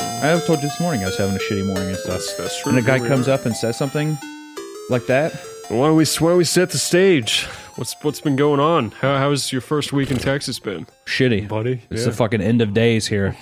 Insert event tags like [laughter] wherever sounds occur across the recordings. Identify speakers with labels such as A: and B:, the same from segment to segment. A: I have told you this morning I was having a shitty morning and stuff.
B: That's that's true.
A: And a guy
B: Here we
A: comes
B: are.
A: up and says something like that.
B: Why don't we why don't we set the stage? What's what's been going on? How, how's your first week in Texas been?
A: Shitty.
B: Buddy,
A: It's
B: yeah.
A: the fucking end of days here.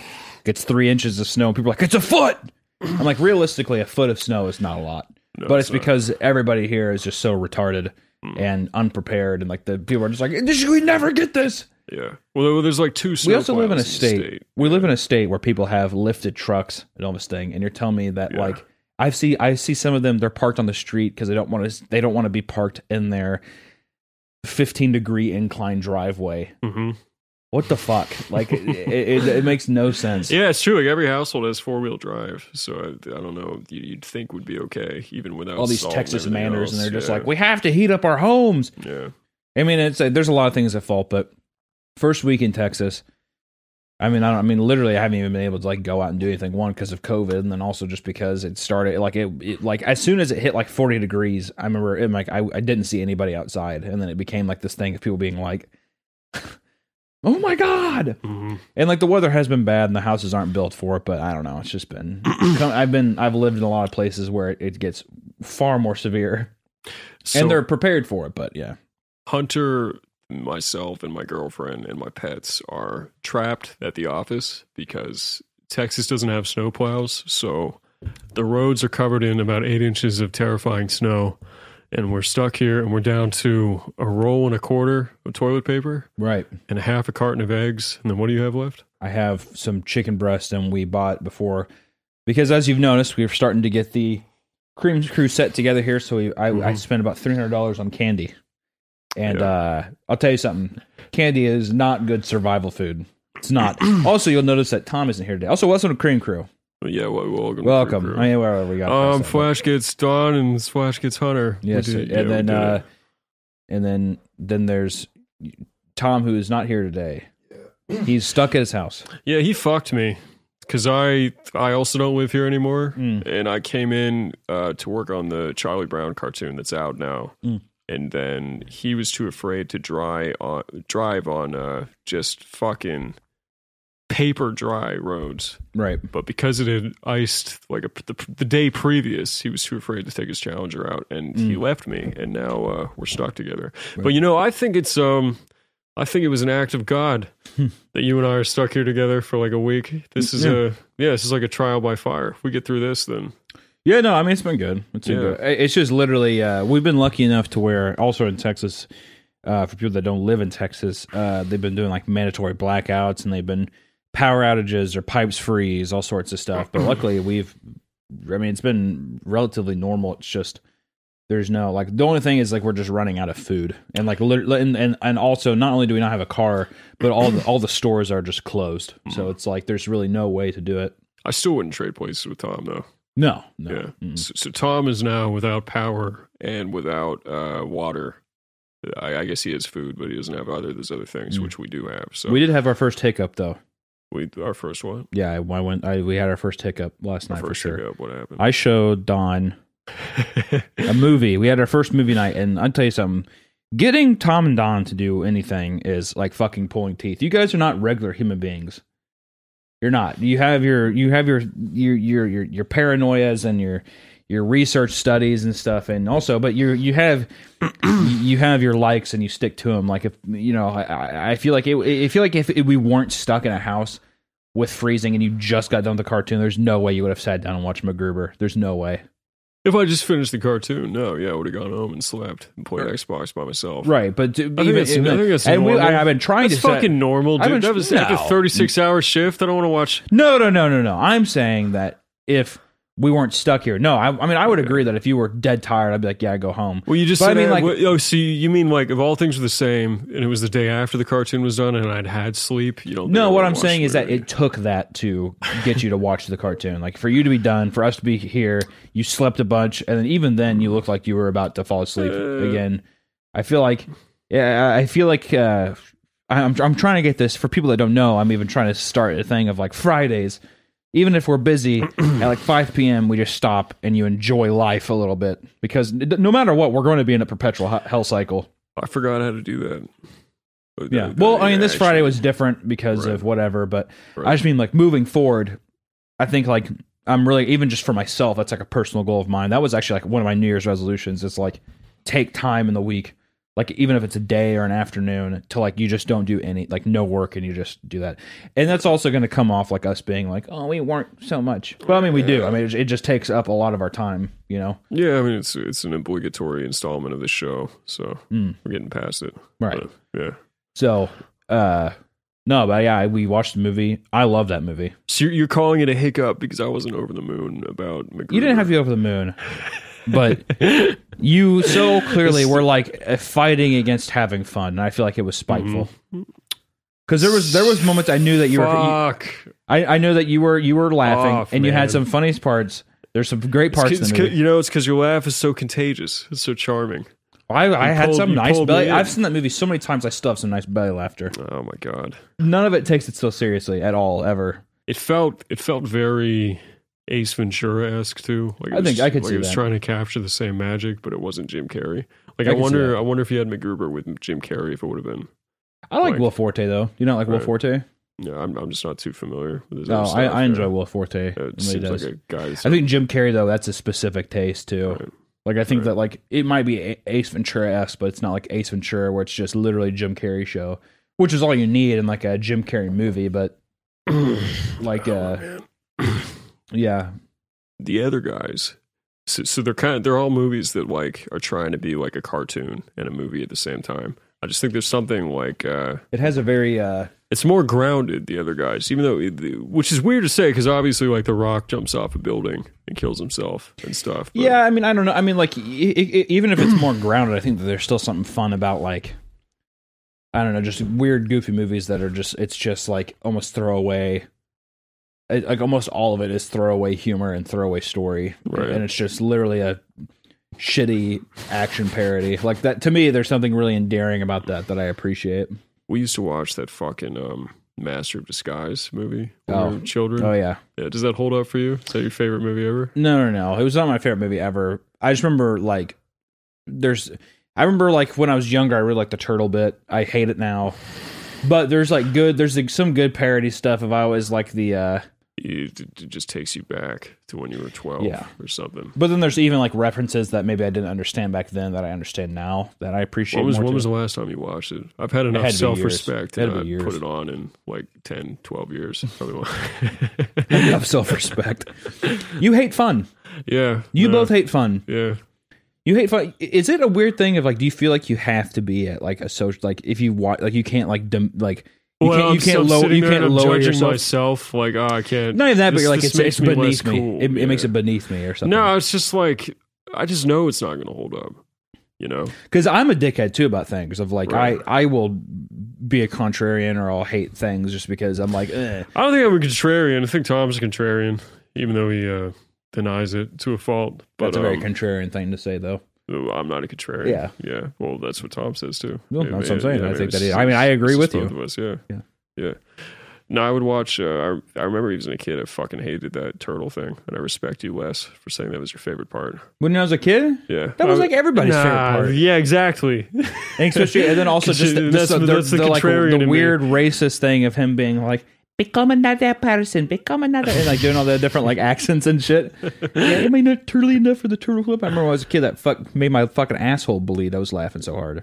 A: Gets three inches of snow and people are like, it's a foot! I'm like, realistically, a foot of snow is not a lot. but it's,
B: it's not. Hmm.
A: because everybody here is just so retarded and unprepared. And like the people are just like, "This- we never get this.
B: Yeah. Well, there- there's like two.
A: we also live in a
B: snowplows
A: state,
B: the
A: we live in a state where people have lifted trucks and all this thing and you're telling me that like i see i see some of them they're parked on the street because they don't want to they don't want to be parked in their 15 degree incline driveway
B: Mhm.
A: what the fuck like it, it, it makes no
B: [laughs]
A: sense
B: Yeah, it's true. Like every household has four wheel drive, so I, I don't know. you- You'd think would be okay even without
A: all these
B: salt
A: texas
B: everything
A: manners and
B: else.
A: they're just
B: Yeah.
A: like we have to heat up our homes
B: yeah.
A: I mean, it's uh, there's a lot of things at fault, but first week in Texas, I mean, I don't. I mean, literally, I haven't even been able to like go out and do anything. One because of COVID, and then also just because it started like it, it like as soon as it hit like 40 degrees, I remember it like I, I didn't see anybody outside, and then it became like this thing of people being like, [laughs] "Oh my god!"
B: Mhm.
A: And like the weather has been bad, and the houses aren't built for it. But I don't know. It's just been. I've been. I've lived in a lot of places where it, it gets far more severe,
B: So
A: and they're prepared for it. But yeah,
B: Hunter, myself, and my girlfriend and my pets are trapped at the office because Texas doesn't have snow plows, so the roads are covered in about eight inches of terrifying snow, and we're stuck here, and we're down to a roll and a quarter of toilet paper
A: right.
B: and a half a carton of eggs, and then what do you have left?
A: I have some chicken breast and we bought before because as you've noticed, we are starting to get the cream crew set together here. So we, I, I spent about three hundred dollars on candy, and
B: Mm-hmm. Yeah.
A: uh, I'll tell you something: candy is not good survival food. It's
B: [clears throat]
A: not. also, you'll notice that Tom isn't here today. Also, welcome to Cream Crew.
B: But yeah, well, welcome.
A: Welcome.
B: Crew.
A: I mean, where we got
B: Um,
A: this, uh,
B: Flash gets Don and Flash gets Hunter. We
A: Yes,
B: did- yeah,
A: and
B: we
A: then
B: did it.
A: uh, and then then there's Tom who is not here today. He's stuck at his
B: [clears throat]
A: house.
B: Yeah, he fucked me because I I also don't live here anymore, and I came in uh, to work on the Charlie Brown cartoon that's out now,
A: Mm.
B: and then he was too afraid to dry on, drive on uh, just fucking paper dry roads.
A: Right.
B: But because it had iced like a, the, the day previous, he was too afraid to take his challenger out, and
A: Mm.
B: he left me. And now uh, we're stuck together. But you know, I think it's um, I think it was an act of God that you and I are stuck here together for like a week. This is
A: Hmm. Mm, Yeah.
B: a yeah, this is like a trial by fire. If we get through this, then
A: Yeah, no, I mean it's been good. It's been
B: Yeah.
A: good. It- It's just literally uh, we've been lucky enough to where also in Texas, uh, for people that don't live in Texas, uh, they've been doing like mandatory blackouts and they've been power outages or pipes freeze, all sorts of stuff. But luckily, we've, I mean, it's been relatively normal. It's just there's no like the only thing is like we're just running out of food and like literally and, and and also not only do we not have a car, but all the all the stores are just closed. So it's like there's really no way to do it.
B: I still wouldn't trade places with Tom though.
A: No, no.
B: Yeah.
A: Mm.
B: So, so Tom is now without power and without uh, water. I, I guess he has food, but he doesn't have either of those other things,
A: Mm.
B: which we do have. So
A: We did have our first hiccup though.
B: we our first one,
A: Yeah, I, I went. I, we had our first hiccup last
B: our
A: night for
B: first
A: sure.
B: hiccup, what happened?
A: I showed Don a movie. We had our first movie night, and I'll tell you something. Getting Tom and Don to do anything is like fucking pulling teeth. You guys are not regular human beings. You're not. You have your you have your your your your, your paranoias and your your research studies and stuff, and also, but you you have [clears throat] you have your likes and you stick to them. Like if you know, I- I, I feel like it. I feel like if we weren't stuck in a house with freezing and you just got done with the cartoon, there's no way you would have sat down and watched MacGruber. There's no way.
B: If I just finished the cartoon, no, yeah, I would have gone home and slept and played Xbox by myself.
A: Right, but to,
B: I think
A: even,
B: that's- I
A: even-
B: think that's
A: and we,
B: normal.
A: I, have been trying
B: It's
A: to set-
B: fucking normal,
A: I've been-
B: dude. That was after
A: no.
B: 36 hour shift. I don't want to watch.
A: no, no, no, no, no. I'm saying that if we weren't stuck here, no, I, I mean I would agree that if you were dead tired, I'd be like, yeah, go home.
B: Well, you just
A: But I
B: said,
A: mean,
B: I-
A: like-
B: well, oh, so you- you mean like if all things were the same and it was the day after the cartoon was done and I'd had sleep, you don't. think I
A: No, what
B: would've
A: I'm
B: watched
A: saying
B: the
A: is that
B: movie.
A: it took that to get you to watch the cartoon. Like for you to be done, for us to be here, you slept a bunch, and then even then you looked like you were about to fall asleep again. I feel like, yeah, I I feel like uh, I- I'm I'm trying to get this for people that don't know. I'm even trying to start a thing of like Fridays. Even if we're busy at like 5 p.m., we just stop and you enjoy life a little bit because n- no matter what, we're going to be in a perpetual he- hell cycle.
B: I forgot how to do that. But
A: Yeah.
B: that-
A: Well,
B: that-
A: I mean, this
B: yeah,
A: Friday
B: actually-
A: was different because
B: Right.
A: of whatever, but
B: Right.
A: I just mean like moving forward. I think like I'm really even just for myself, that's like a personal goal of mine. That was actually like one of my New Year's resolutions. It's like take time in the week, like even if it's a day or an afternoon, to like you just don't do any like no work and you just do that. And that's also going to come off like us being like, oh, we weren't so much. Well, I mean, we do. I mean, it, it just takes up a lot of our time, you know.
B: Yeah, I mean it's it's an obligatory installment of this show, so
A: Mm.
B: we're getting past it.
A: Right.
B: But, yeah.
A: So, uh, no, but yeah, we watched the movie. I love that movie.
B: So you're, you're calling it a hiccup because I wasn't over the moon about McGruber.
A: You didn't have you over the moon, but you so clearly were like uh, fighting against having fun, and I feel like it was spiteful. Because there was there was moments I knew that you were you-
B: Mm-hmm. Fuck.
A: I, I know that you were you were laughing
B: Off,
A: and you
B: man.
A: had some funniest parts. There's some great parts
B: It's 'cause-
A: in the movie.
B: you know, it's because your laugh is so contagious. It's so charming.
A: I, I had
B: pulled-
A: some
B: you
A: nice
B: pulled me
A: belly.
B: in.
A: I've seen that movie so many times. I still have some nice belly laughter.
B: Oh my god.
A: None of it takes it so seriously at all ever.
B: It felt it felt very Ace Ventura esque too. Like it
A: I think I could
B: like
A: see
B: it was
A: that.
B: trying to capture the same magic, but it wasn't Jim Carrey. Like
A: I
B: I,
A: could see
B: wonder,
A: that.
B: I wonder if you had McGruber with Jim Carrey, if it would have been.
A: I like
B: Like-
A: Will Forte though. You don't like Will
B: Right.
A: Forte?
B: No, I'm I'm just not too familiar with his.
A: No,
B: other
A: I,
B: stuff,
A: I
B: yeah.
A: enjoy Will Forte. It
B: It
A: really
B: seems
A: does.
B: like a guy. That's
A: I think Jim Carrey though that's a specific taste too.
B: Right.
A: Like I think that like it might be A- Ace Ventura esque, but it's not like Ace Ventura where it's just literally Jim Carrey show, which is all you need in like a Jim Carrey movie. But like
B: Oh,
A: uh yeah,
B: the other guys. So, so they're kind of they're all movies that like are trying to be like a cartoon and a movie at the same time. I just think there's something like uh
A: it has a very uh
B: it's more grounded the other guys, even though it- which is weird to say because obviously like the Rock jumps off a building and kills himself and stuff. but-
A: yeah. I mean I don't know. I mean like e- e- e- even if it's more [clears throat] grounded, I think that there's still something fun about like I don't know, just weird goofy movies that are just it's just like almost throwaway. It, like almost all of it is throwaway humor and throwaway story,
B: Right.
A: and it's just literally a shitty action parody. Like that to me, there's something really endearing about that that I appreciate.
B: we used to watch that fucking um Master of Disguise movie when
A: Oh.
B: we were children.
A: Oh yeah,
B: yeah, does that hold up for you? Is that your favorite movie ever?
A: no, no, no, it was not my favorite movie ever. I just remember like there's. I remember like when I was younger, I really liked the turtle bit. I hate it now, but there's like good. There's like some good parody stuff. If I was like the. uh
B: It, it just takes you back to when you were twelve
A: Yeah.
B: or something.
A: But then there's even like references that maybe I didn't understand back then that I understand now that I appreciate.
B: When was,
A: more
B: when
A: too.
B: was the last time you watched it? I've had enough
A: had to be years.
B: self respect
A: It had
B: that
A: to
B: I
A: be
B: put
A: years.
B: it on in like 10,
A: [laughs]
B: 12 years. Probably won't.
A: of self-respect? you hate fun.
B: [laughs] yeah.
A: You
B: no,
A: both hate fun.
B: Yeah.
A: You hate fun. Is it a weird thing of like? Do you feel like you have to be at like a social like if you watch like you can't like dim, like you
B: Well,
A: can't you
B: I'm-
A: can't
B: I'm
A: lower
B: sitting
A: you
B: there
A: can't
B: and I'm
A: lower
B: judging
A: yourself?
B: myself. Like, oh, I can't.
A: Not even that, but
B: this-
A: you're like
B: this
A: it's, it's
B: makes me
A: beneath
B: less
A: me.
B: cool.
A: It,
B: Yeah.
A: it makes it beneath me or something.
B: No, it's just like I just know it's not going to hold up. You know,
A: because I'm a dickhead too about things. Of like
B: Right.
A: I I will be a contrarian or I'll hate things just because I'm like. Eh.
B: I don't think I'm a contrarian. I think Tom's a contrarian, even though he uh, denies it to a fault. But
A: That's a very
B: um,
A: contrarian thing to say though.
B: I'm not a contrarian.
A: Yeah.
B: Yeah. Well, that's what Tom says too.
A: Well, that's what I'm saying. I think that
B: it's-
A: he- I mean, I
B: it's-
A: agree
B: it's
A: with
B: both
A: you.
B: Of us, yeah.
A: Yeah.
B: Yeah. No, I would watch. Uh, I, I remember even as a kid, I fucking hated that turtle thing, and I respect you less for saying that was your favorite part.
A: When I was a kid,
B: Yeah,
A: That was
B: I-
A: like everybody's
B: Nah,
A: favorite part.
B: Yeah, exactly. [laughs]
A: And especially, and then also just, the,
B: That's-
A: just the,
B: that's the
A: the, like,
B: contrarian
A: the
B: in me.
A: weird racist thing of him being like, become another person, become another, and like doing all the different like accents and shit.
B: [laughs]
A: Yeah, am I not turtly enough for the turtle club? I remember when I was a kid that fuck made my fucking asshole bleed. I was laughing so hard.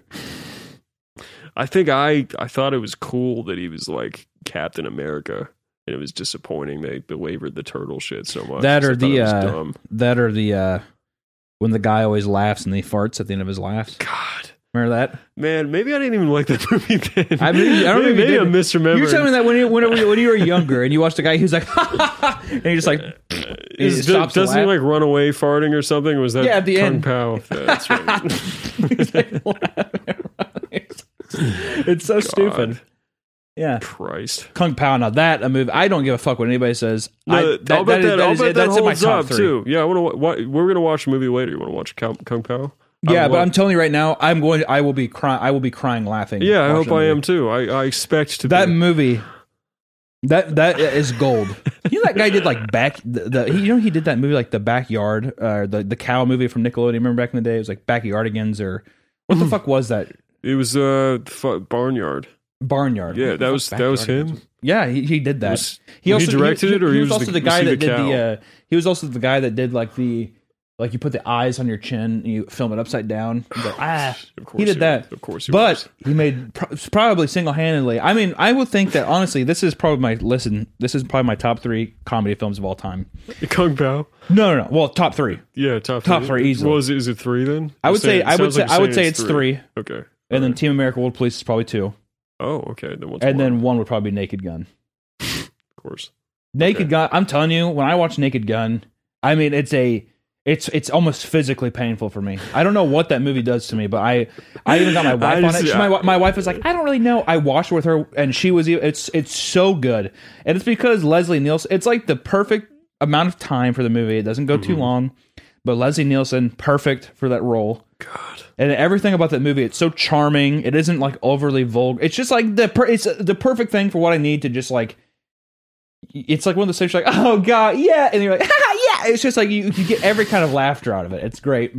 B: I think I I thought it was cool that he was like Captain America, and it was disappointing they belabored the turtle shit so much.
A: That
B: 'cause I
A: or
B: thought
A: the,
B: it was
A: uh,
B: dumb.
A: That or the, uh, when the guy always laughs and he farts at the end of his laughs.
B: God.
A: Remember that?
B: Man, maybe I didn't even like that [laughs] movie then.
A: I mean, I don't
B: maybe,
A: know if
B: maybe
A: you
B: I'm
A: did.
B: misremembering.
A: You're telling me that when you, when, when you were younger and you watched a guy who's like, [laughs] ha ha ha, and you're just like,
B: [laughs]
A: he
B: Is-
A: stops to
B: doesn't he
A: laugh.
B: like run away farting or something? Was that
A: Yeah, at the
B: Kung
A: end.
B: Pao? [laughs] That's
A: [laughs]
B: right.
A: it's so stupid.
B: God,
A: Yeah.
B: Christ.
A: Kung Pao. Now that a movie, I don't give a fuck what anybody says. I,
B: No, I'll bet
A: is-
B: that, I'll
A: is-
B: bet that
A: that's in my
B: holds
A: top
B: up
A: three.
B: too. Yeah, I want to. We're gonna watch a movie later. You want to watch Kung, Kung Pao? I
A: Yeah, but
B: want-
A: I'm telling you right now, I'm going. I will be crying. I will be crying laughing.
B: Yeah, I
A: watching
B: hope
A: the
B: I
A: movie.
B: am too. I, I expect to.
A: That
B: be.
A: movie. That that is gold. you know that guy did like back the, the he- you know he did that movie like the backyard uh, the the cow movie from Nickelodeon. Remember back in the day, it was like Backyardigans or what
B: Hmm.
A: the fuck was that
B: It was uh fu- Barnyard.
A: Barnyard?
B: Yeah,
A: What the
B: that
A: fuck
B: was that was
A: Backyardigans
B: him.
A: Yeah, he, he did that.
B: Was-
A: he
B: he
A: also
B: directed it, or
A: he,
B: he
A: was,
B: was
A: also
B: the-
A: the, guy
B: was he
A: that
B: the
A: did the.
B: cow?
A: Uh, he was also the guy that did like the, like you put the eyes on your chin and you film it upside down. You go, ah,
B: Of course
A: he did
B: he-
A: that.
B: of course he
A: but
B: was.
A: he made pro- probably single handedly. I mean, I would think that honestly, this is probably my listen. This is probably my top three comedy films of all time.
B: [laughs] Kung Pao.
A: No, no, no. Well, top three.
B: Yeah, top
A: Top three easily.
B: Was it, is it three then?
A: I would
B: You're
A: say
B: saying-
A: I would
B: sounds
A: say
B: like
A: I
B: you're
A: would
B: saying
A: say it's three,
B: Okay.
A: and then Team America World Police is probably two,
B: Oh, okay. Then what's
A: and
B: one,
A: then one would probably be Naked Gun.
B: of course.
A: Naked
B: Okay.
A: Gun. I'm telling you, when I watch Naked Gun, I mean it's a it's it's almost physically painful for me. I don't know what that movie does to me, but I I even got my wife
B: [laughs] I
A: on it.
B: see-
A: She, my wi- my wife was like, I don't really know. I watched with her, and she was e- it's it's so good, and it's because Leslie Nielsen. It's like the perfect amount of time for the movie. It doesn't go too
B: Mm-hmm.
A: long, but Leslie Nielsen perfect for that role.
B: God.
A: And everything about that movie, it's so charming. It isn't like overly vulgar. It's just like the per- it's uh, the perfect thing for what I need to just like. It's like one of those things you're like, oh god, yeah, and you're like, [laughs] ah, yeah. It's just like you, you get every kind of laughter out of it. It's great.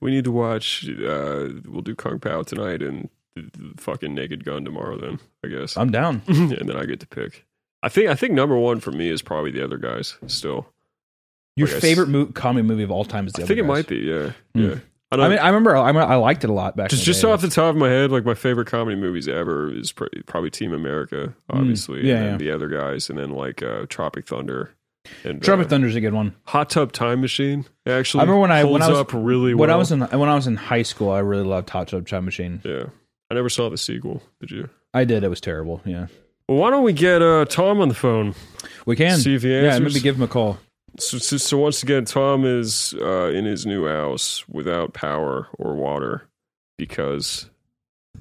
B: We need to watch. Uh, we'll do Kung Pao tonight and th- th- fucking Naked Gun tomorrow. Then I guess,
A: I'm down.
B: [laughs] and then I get to pick. I think I think number one for me is probably the other guys. Still,
A: Your
B: Like I s-
A: favorite mo- comedy movie of all time is the
B: I
A: other
B: think it
A: Guys.
B: might be. Yeah,
A: Hmm.
B: yeah. I don't.
A: I mean, I remember I, I liked it a lot back.
B: just
A: in the
B: just
A: day,
B: off the top of my head, like my favorite comedy movies ever is pr- probably Team America, obviously.
A: Hmm. Yeah,
B: and then
A: yeah.
B: the other guys, and then like uh, Tropic Thunder. And,
A: but Tropic
B: uh,
A: Thunder's a good one.
B: Hot Tub Time Machine actually
A: I remember when I- when
B: holds
A: I was-
B: up really well.
A: When I was in when I was in high school, I really loved Hot Tub Time Machine.
B: yeah, I never saw the sequel. Did you?
A: I did. It was terrible. Yeah,
B: Well, why don't we get uh, Tom on the phone?
A: we can
B: See if he
A: yeah,
B: answers.
A: maybe give him a call.
B: So, so, so once again, Tom is uh, in his new house without power or water because.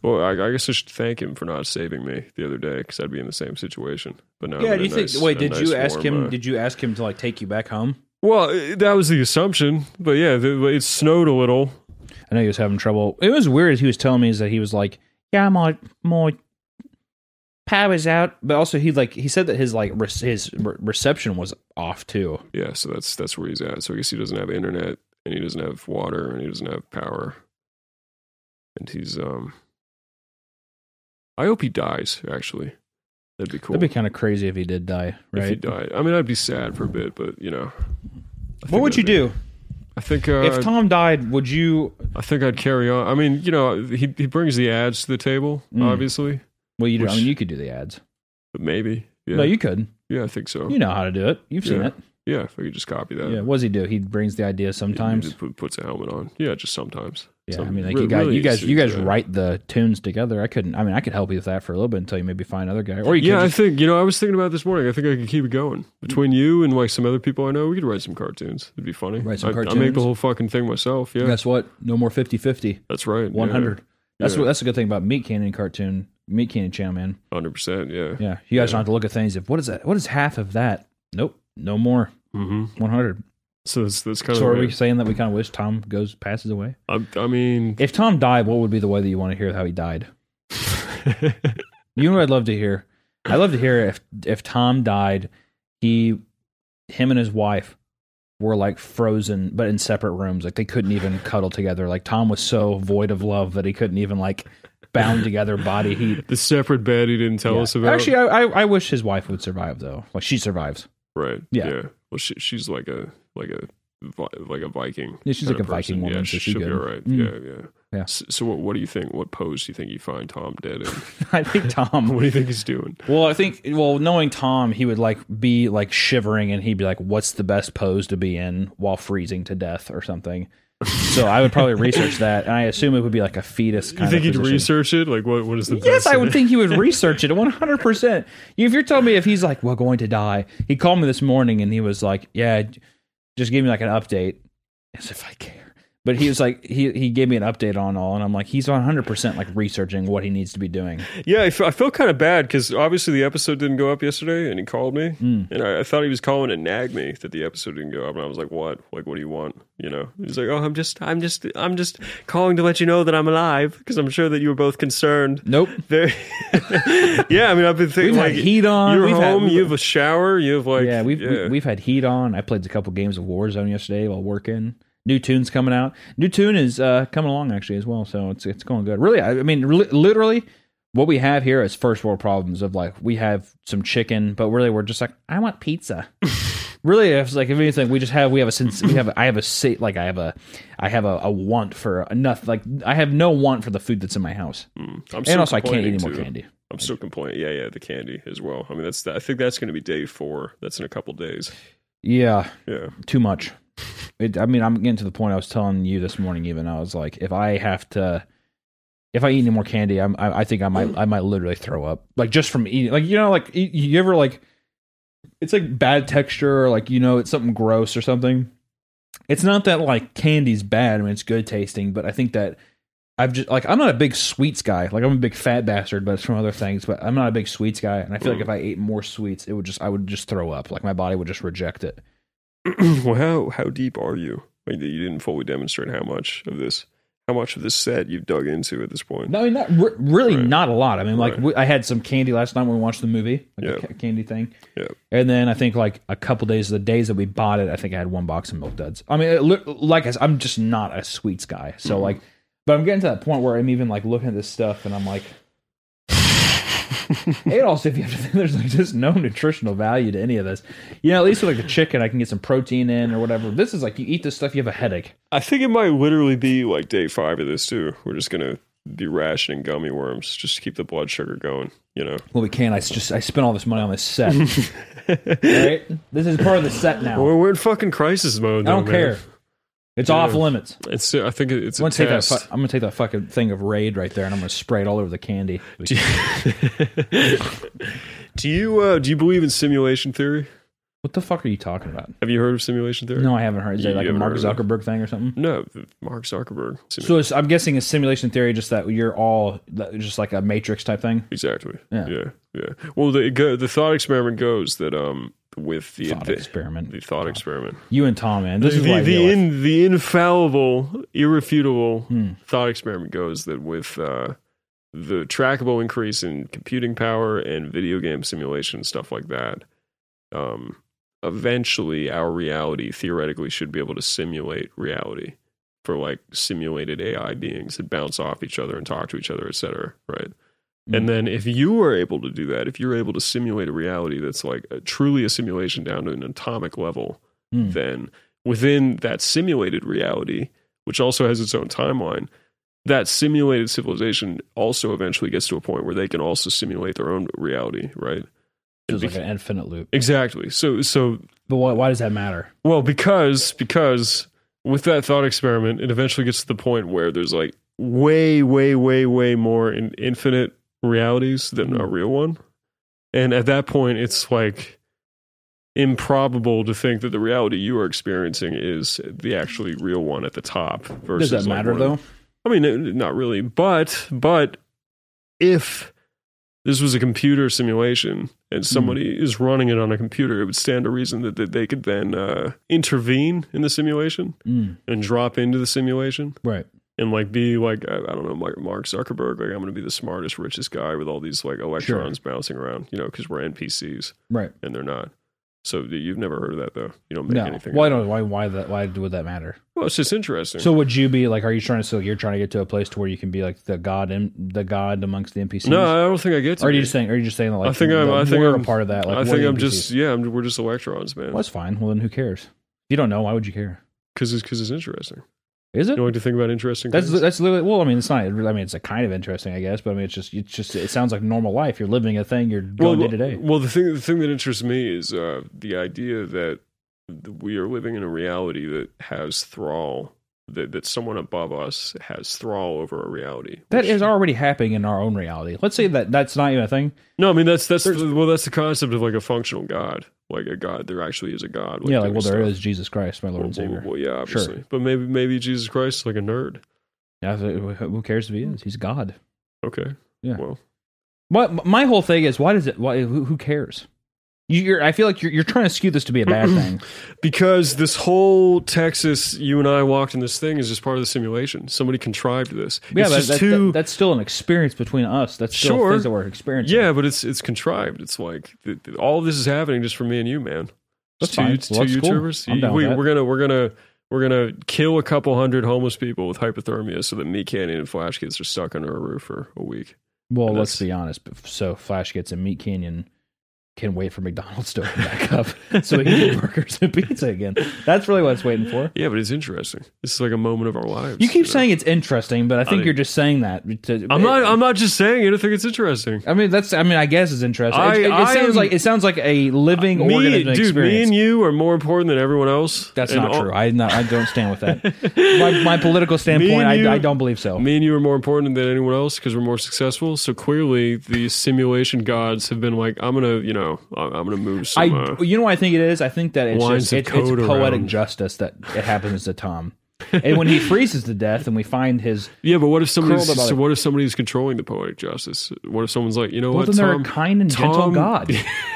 B: Well, I, I guess I should thank him for not saving me the other day because I'd be in the same situation. But now, I'm
A: Yeah,
B: in
A: do
B: a
A: you think?
B: nice-
A: wait,
B: a
A: did
B: nice
A: you ask
B: warm,
A: him?
B: uh,
A: Did you ask him to like take you back home?
B: well, uh, that was the assumption, but yeah, the, it snowed a little.
A: I know he was having trouble. It was weird. He was telling me is that he was like, "Yeah, my my power's out," but also he like he said that his like re- his re- reception was off too.
B: Yeah, so that's that's where he's at. So I guess he doesn't have internet, and he doesn't have water, and he doesn't have power, and he's um. I hope he dies. Actually, that'd be cool.
A: That'd be kind of crazy if he did die,
B: if he
A: right?
B: died. I mean, I'd be sad for a bit, but you know. I
A: What
B: think
A: would you
B: that'd be-
A: do
B: I think uh,
A: if Tom died? Would you?
B: I think I'd carry on. I mean, you know, he he brings the ads to the table,
A: Mm.
B: obviously,
A: Well, you do. I
B: Which-
A: mean, you could do the ads.
B: but maybe. Yeah,
A: No, you could.
B: yeah, I think so.
A: You know how to do it. You've seen
B: Yeah.
A: it.
B: yeah, if I could just copy that.
A: Yeah. What does he do? He brings the idea
B: He
A: sometimes.
B: just put- puts a helmet on. Yeah, just sometimes.
A: Yeah, I
B: Some-
A: mean, like
B: re-
A: you guys,
B: really
A: you guys, you guys
B: suits, uh,
A: write the tunes together. I couldn't. I mean, I could help you with that for a little bit until you maybe find another guy, or you
B: Yeah,
A: could
B: I
A: just,
B: think you know. I was thinking about this morning. I think I could keep it going between you and like some other people I know. We could write some cartoons. It'd be funny.
A: Write some
B: I, I make
A: cartoons?
B: the whole fucking thing myself. Yeah,
A: guess what? No more 50-50.
B: that's right.
A: One hundred. That's
B: Yeah.
A: what. That's a good thing about Meat Canyon cartoon, Meat Canyon channel, man.
B: hundred percent. Yeah.
A: Yeah, you guys don't have to look at things. If what is that? What is half of that? Nope, no more.
B: Mm-hmm.
A: One hundred.
B: So that's that's kind
A: So
B: of.
A: are
B: the way-
A: we saying that we kind of wish Tom goes passes away?
B: I, I mean, [laughs]
A: If Tom died, what would be the way that you want to hear how he died? You know what I'd love to hear? I'd love to hear if if Tom died, he, him and his wife were like frozen, but in separate rooms. Like they couldn't even cuddle together. Like Tom was so void of love that he couldn't even like bound together body heat.
B: the separate bed he didn't tell
A: Yeah.
B: us about.
A: Actually, I, I I wish his wife would survive though. Like she survives. [laughs]
B: right.
A: yeah.
B: Well, she, she's like a like a vi- like a Viking.
A: Yeah, she's
B: kinda
A: like a Viking
B: person.
A: woman,
B: Yeah,
A: so she
B: she'll be
A: good.
B: all right.
A: Mm.
B: Yeah, yeah.
A: Yeah.
B: S- So, what, what do you think? What pose do you think you find Tom dead in? [laughs]
A: I think
B: what
A: Tom.
B: do you think he's doing?
A: Well, I think well, knowing Tom, he would like be like shivering, and he'd be like, "What's the best pose to be in while freezing to death or something?" So I would probably research that, and I assume it would be like a fetus kind
B: You think
A: of
B: he'd
A: position.
B: research it? Like, what what is the
A: Yes,
B: best
A: I would think he would research it 100%. If you're telling me if he's like, we're going to die, he called me this morning and he was like, yeah, j- just give me like an update as if I care. But he was like, he, he gave me an update on all, and I'm like, he's 100% like researching what he needs to be doing.
B: Yeah, I f- I felt kind of bad because obviously the episode didn't go up yesterday, and he called me,
A: Hmm.
B: and I, I thought he was calling to nag me that the episode didn't go up, and I was like, "What? Like, what do you want?" You know? He's like, "Oh, I'm just, I'm just, I'm just calling to let you know that I'm alive because I'm sure that you were both concerned."
A: Nope.
B: Very- [laughs] yeah, I mean, I've been thinking
A: We've had
B: like
A: heat on,
B: You're
A: we've had-
B: home. you have a shower. You have like
A: Yeah, we've, we- we've had heat on. I played a couple games of Warzone yesterday while working. New tune's coming out. New tune is uh, coming along actually as well, so it's it's going good. Really, I, I mean, li- literally, what we have here is first world problems of like we have some chicken, but really we're just like I want
B: [laughs]
A: pizza. really, it's like if anything, we just have we have a sense we have I have a sa- like I have a I have a, a want for enough like I have no want for the food that's in my house,
B: Mm. I'm
A: and also I can't eat
B: complaining,
A: any more
B: too.
A: candy.
B: I'm still complaining. Yeah, yeah, the candy as well. I mean, that's I think that's going to be day four. That's in a couple days.
A: Yeah,
B: Yeah,
A: too much. It, I mean, I'm getting to the point I was telling you this morning. Even I was like, if I have to, if I eat any more candy, I'm, I, I think I might, I might literally throw up. Like just from eating, like you know, like you, you ever like, it's like bad texture, or like you know, it's something gross or something. It's not that like candy's bad. I mean, it's good tasting, but I think that I've just like I'm not a big sweets guy. Like I'm a big fat bastard, but it's from other things. But I'm not a big sweets guy, and I feel like if I ate more sweets, it would just I would just throw up. Like my body would just reject it.
B: well, how how deep are you? Like you didn't fully demonstrate how much of this, how much of this set you've dug into at this point.
A: No, I mean, not re- really,
B: Right.
A: not a lot. I mean, like
B: Right.
A: we, I had some candy last night when we watched the movie, like
B: Yeah.
A: a ca- candy thing.
B: Yeah.
A: And then I think like a couple days, the days that we bought it, I think I had one box of Milk Duds. I mean, it, li- like I, s- I'm just not a sweets guy, so
B: Mm-hmm.
A: like, but I'm getting to that point where I'm even like looking at this stuff and I'm
B: [laughs]
A: like, it also if you have to think [laughs] there's like just no nutritional value to any of this. You know, at least with like the chicken, I can get some protein in or whatever. This is like you eat this stuff, you have a headache.
B: I think it might literally be like day five of this too. We're just gonna be rationing gummy worms just to keep the blood sugar going. You know.
A: Well, we can't. I s- just I spent all this money on this
B: [laughs]
A: set. right? This is part of the set now.
B: We're, we're in fucking crisis mode.
A: I don't
B: though, man.
A: care. It's off limits.
B: It's I think it- it's
A: I'm
B: a
A: gonna take that.
B: test.
A: Fu- I'm gonna take that fucking thing of Raid right there, and I'm gonna spray it all over the
B: [laughs]
A: candy.
B: do you uh, do you believe in simulation theory?
A: What the fuck are you talking about?
B: Have you heard of simulation theory?
A: No, I haven't heard. Is
B: You
A: that like a
B: haven't
A: Mark
B: heard of
A: Zuckerberg thing or something?
B: No, the- Mark Zuckerberg. Simu-
A: So it's, I'm guessing it's simulation theory, just that you're all that- just like a matrix type thing.
B: exactly.
A: Yeah.
B: Yeah. yeah, Well, the it go, the thought experiment goes that um with the
A: Thought
B: the,
A: experiment.
B: the thought experiment,
A: You and Tom, man. This is
B: the
A: why
B: the,
A: the in-
B: in, the infallible, irrefutable thought experiment goes that with uh, the trackable increase in computing power and video game simulation stuff like that, um, eventually our reality theoretically should be able to simulate reality for like simulated AI beings that bounce off each other and talk to each other, et cetera, right?
A: Mm.
B: And then if you were able to do that, if you're able to simulate a reality that's like a, truly a simulation down to an atomic level,
A: Mm.
B: then within that simulated reality, which also has its own timeline, that simulated civilization also eventually gets to a point where they can also simulate their own reality, right?
A: is like an infinite loop.
B: Exactly. So so
A: But why, why does that matter?
B: well, because because with that thought experiment, it eventually gets to the point where there's like way, way, way, way more in infinite realities than
A: Mm-hmm.
B: a real one. And at that point, it's like improbable to think that the reality you are experiencing is the actually real one at the top. Versus
A: Does that
B: like,
A: matter
B: one-
A: though?
B: I mean, it- not really, but but if this was a computer simulation and somebody
A: Hmm.
B: is running it on a computer, it would stand to reason that, that they could then uh, intervene in the simulation
A: Mm,
B: and drop into the simulation
A: right.
B: and like be like I, I don't know, like Mark Zuckerberg, like I'm going to be the smartest, richest guy with all these like electrons bouncing around, you know, because we're NPCs
A: Right.
B: and they're not. So you've never heard of that though. You don't make
A: No.
B: anything.
A: Well, I
B: up.
A: don't. Why? Why that? Why would that matter?
B: well, it's just interesting.
A: So would you be like? Are you trying to? So you're trying to get to a place to where you can be like the god in the god amongst the NPCs?
B: no, I don't think I get to.
A: Or are
B: be.
A: you just saying? Are you just saying that? Like,
B: I think I'm-
A: that
B: I think
A: we're
B: I'm-
A: a part of that. Like,
B: I
A: we're
B: think I'm
A: NPCs?
B: just yeah, I'm, we're just electrons, man.
A: Well, that's fine. Well, then who cares? If you don't know, why would you care?
B: Because it's because it's interesting.
A: Is it?
B: You like to think about interesting.
A: That's
B: things?
A: that's literally. Well, I mean, it's not. I mean, it's a kind of interesting, I guess. But I mean, it's just. It's just. It sounds like normal life. You're living a thing. You're going day to day.
B: Well, the thing the thing that interests me is uh, the idea that th- we are living in a reality that has thrall. That, that someone above us has thrall over a reality.
A: That
B: which-
A: is already happening in our own reality. Let's say that that's not even a thing.
B: no. I mean, that's that's
A: There's-
B: the, well, that's the concept of like a functional god, like a god. There actually is a god.
A: yeah, like
B: doing
A: well, there
B: stuff.
A: is Jesus Christ, my Lord
B: Well,
A: and Savior.
B: well, well, yeah, obviously,
A: Sure.
B: but maybe maybe Jesus Christ is like a nerd.
A: Yeah, who who cares if he is? He's God.
B: Okay.
A: Yeah.
B: Well,
A: What my whole thing is, why does it? Why who, who cares? You, you're. I feel like you're. You're trying to skew this to be a
B: [clears throat]
A: bad thing.
B: Because this whole Texas, you and I walked in this thing is just part of the simulation. Somebody contrived this.
A: Yeah,
B: it's
A: but
B: just
A: that,
B: too.
A: that- that's still an experience between us. That's still
B: Sure.
A: things that we're experiencing.
B: yeah, but it's it's contrived. It's like th- th- all this is happening just for me and you, man.
A: That's
B: Just
A: fine.
B: two,
A: Well,
B: two
A: that's cool.
B: YouTubers.
A: I'm down with
B: we,
A: that.
B: are gonna we're gonna we're gonna kill a couple hundred homeless people with hypothermia so that me, Canyon, and Flash Kids are stuck under a roof for a week.
A: Well,
B: And
A: let's
B: that's-
A: be honest. but- So Flash gets in Meat Canyon, can wait for McDonald's to open back
B: [laughs]
A: up so he can get burgers and pizza again. That's really what it's waiting for.
B: Yeah, but it's interesting. This is like a moment of our lives.
A: You keep
B: know?
A: saying it's interesting, but I think
B: think-
A: you're just saying that. to-
B: I'm not. I'm not just saying it. I think it's interesting.
A: I mean, that's. I mean, I guess it's interesting.
B: I-
A: it it- it
B: I
A: sounds
B: am-
A: like it sounds like a living
B: Me,
A: organism
B: dude,
A: experience.
B: me and you are more important than everyone else.
A: That's
B: And
A: not
B: all-
A: true. I not, I don't stand with that.
B: [laughs]
A: my, my political standpoint, I,
B: you-
A: I don't believe so.
B: Me and you are more important than anyone else because we're more successful. So clearly, the simulation gods have been like, "I'm gonna, you know, I'm I'm gonna move
A: I,
B: some." uh,
A: you know what I think it is? I think that it's
B: lines
A: just
B: of
A: it's, it's
B: code
A: poetic
B: around.
A: justice that it happens to Tom. and
B: [laughs]
A: when he freezes to death and we find his
B: yeah, but what if somebody's
A: curled about
B: so
A: it.
B: what if somebody's controlling the poetic justice? What if someone's like, you know
A: well
B: what,
A: then they're a
B: Tom?
A: kind and gentle
B: Tom- [laughs]
A: God. [laughs]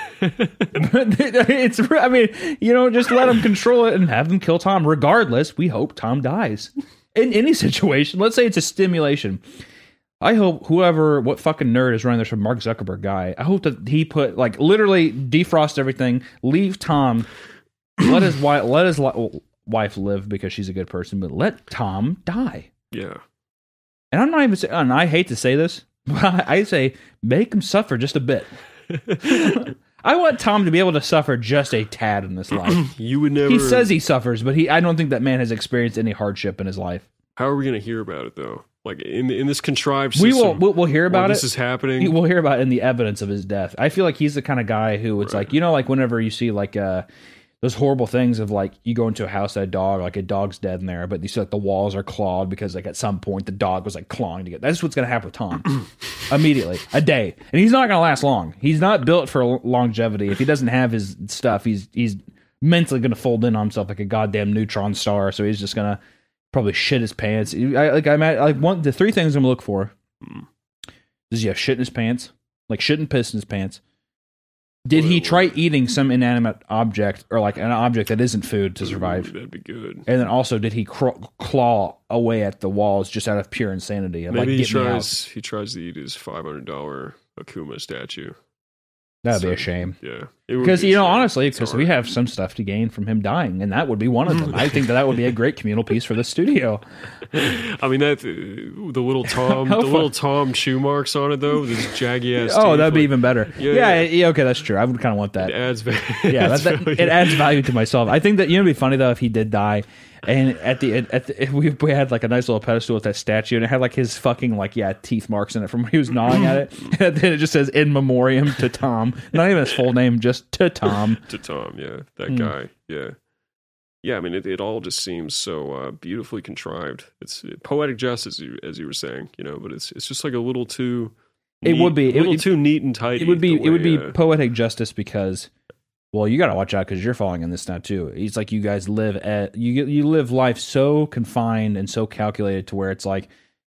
A: it's I mean, you know, just let him control it and have him kill Tom. Regardless, we hope Tom dies. In any [laughs] situation, let's say it's a stimulation. I hope whoever, what fucking nerd is running this Mark Zuckerberg guy, I hope that he put like literally defrost everything, leave Tom, let his wife, let his li- wife live because she's a good person, but let Tom die.
B: yeah,
A: And I'm not even saying, and I hate to say this, [laughs] but I say make him suffer just a
B: [laughs]
A: bit. I want Tom to be able to suffer just a tad in
B: [clears throat]
A: this life.
B: you would never.
A: he says he suffers, but he I don't think that man has experienced any hardship in his life.
B: "How are we gonna hear about it though? Like in in this contrived
A: We
B: system,
A: will we'll, we'll hear
B: while
A: about
B: this
A: it.
B: is happening.
A: we'll hear about it in the evidence of his death. I feel like he's the kind of guy who it's like you know like whenever you see like uh those horrible things of like you go into a house that a dog like a dog's dead in there, but you see like the walls are clawed because like at some point the dog was like clawing to get. That's what's gonna happen with Tom immediately a day, and he's not gonna last long. He's not built for l- longevity. If he doesn't have his stuff, he's he's mentally gonna fold in on himself like a goddamn neutron star. So he's just gonna probably shit his pants. I like I'm at like one the three things I'm gonna look for.
B: Hmm.
A: Does he have shit in his pants? Like shit and piss in his pants? Did he
B: Whoa.
A: try eating some inanimate object or like an object that isn't food to survive?
B: That'd be good.
A: And then also, did he craw- claw away at the walls just out of pure insanity? Of, like,
B: Maybe he
A: get me out.
B: tries. He tries to eat his five hundred dollar Akuma statue.
A: That'd be
B: so-
A: a shame.
B: Yeah, It would
A: Because
B: be
A: you know,
B: sad.
A: honestly,
B: It's
A: because
B: hard.
A: we have some stuff to gain from him dying, and that would be one of them. I think that that would be
B: [laughs]
A: a great communal piece for the studio.
B: I mean that uh, the
A: [laughs]
B: little Tom, the
A: How
B: little Tom shoe marks on it though. This jaggy
A: [laughs]
B: ass.
A: Oh,
B: teeth,
A: that'd be
B: like,
A: even better.
B: Yeah,
A: Yeah,
B: yeah.
A: yeah, yeah, okay, that's true. I would kind of want that.
B: it
A: [laughs]
B: adds. [laughs]
A: yeah, that, that- it adds value to myself. I think that you know, it'd be funny though if he did die, and at the end, at the, we we had like a nice little pedestal with that statue, and it had like his fucking like yeah teeth marks in it from when he was gnawing at it, [laughs] and then it just says in memoriam to Tom, not even his full name, just to Tom.
B: to Tom. Yeah, that
A: Hmm.
B: guy. Yeah, yeah. I mean, it, it all just seems so uh, beautifully contrived. It's poetic justice, as you, as you were saying, you know. But it's it's just like a little too.
A: It would be-
B: a
A: it
B: little
A: would-
B: too neat and tidy.
A: It would be
B: the
A: it would
B: way,
A: be
B: uh,
A: poetic justice because. Well, you got to watch out because you're falling in this now too. It's like you guys live at you you live life so confined and so calculated to where it's like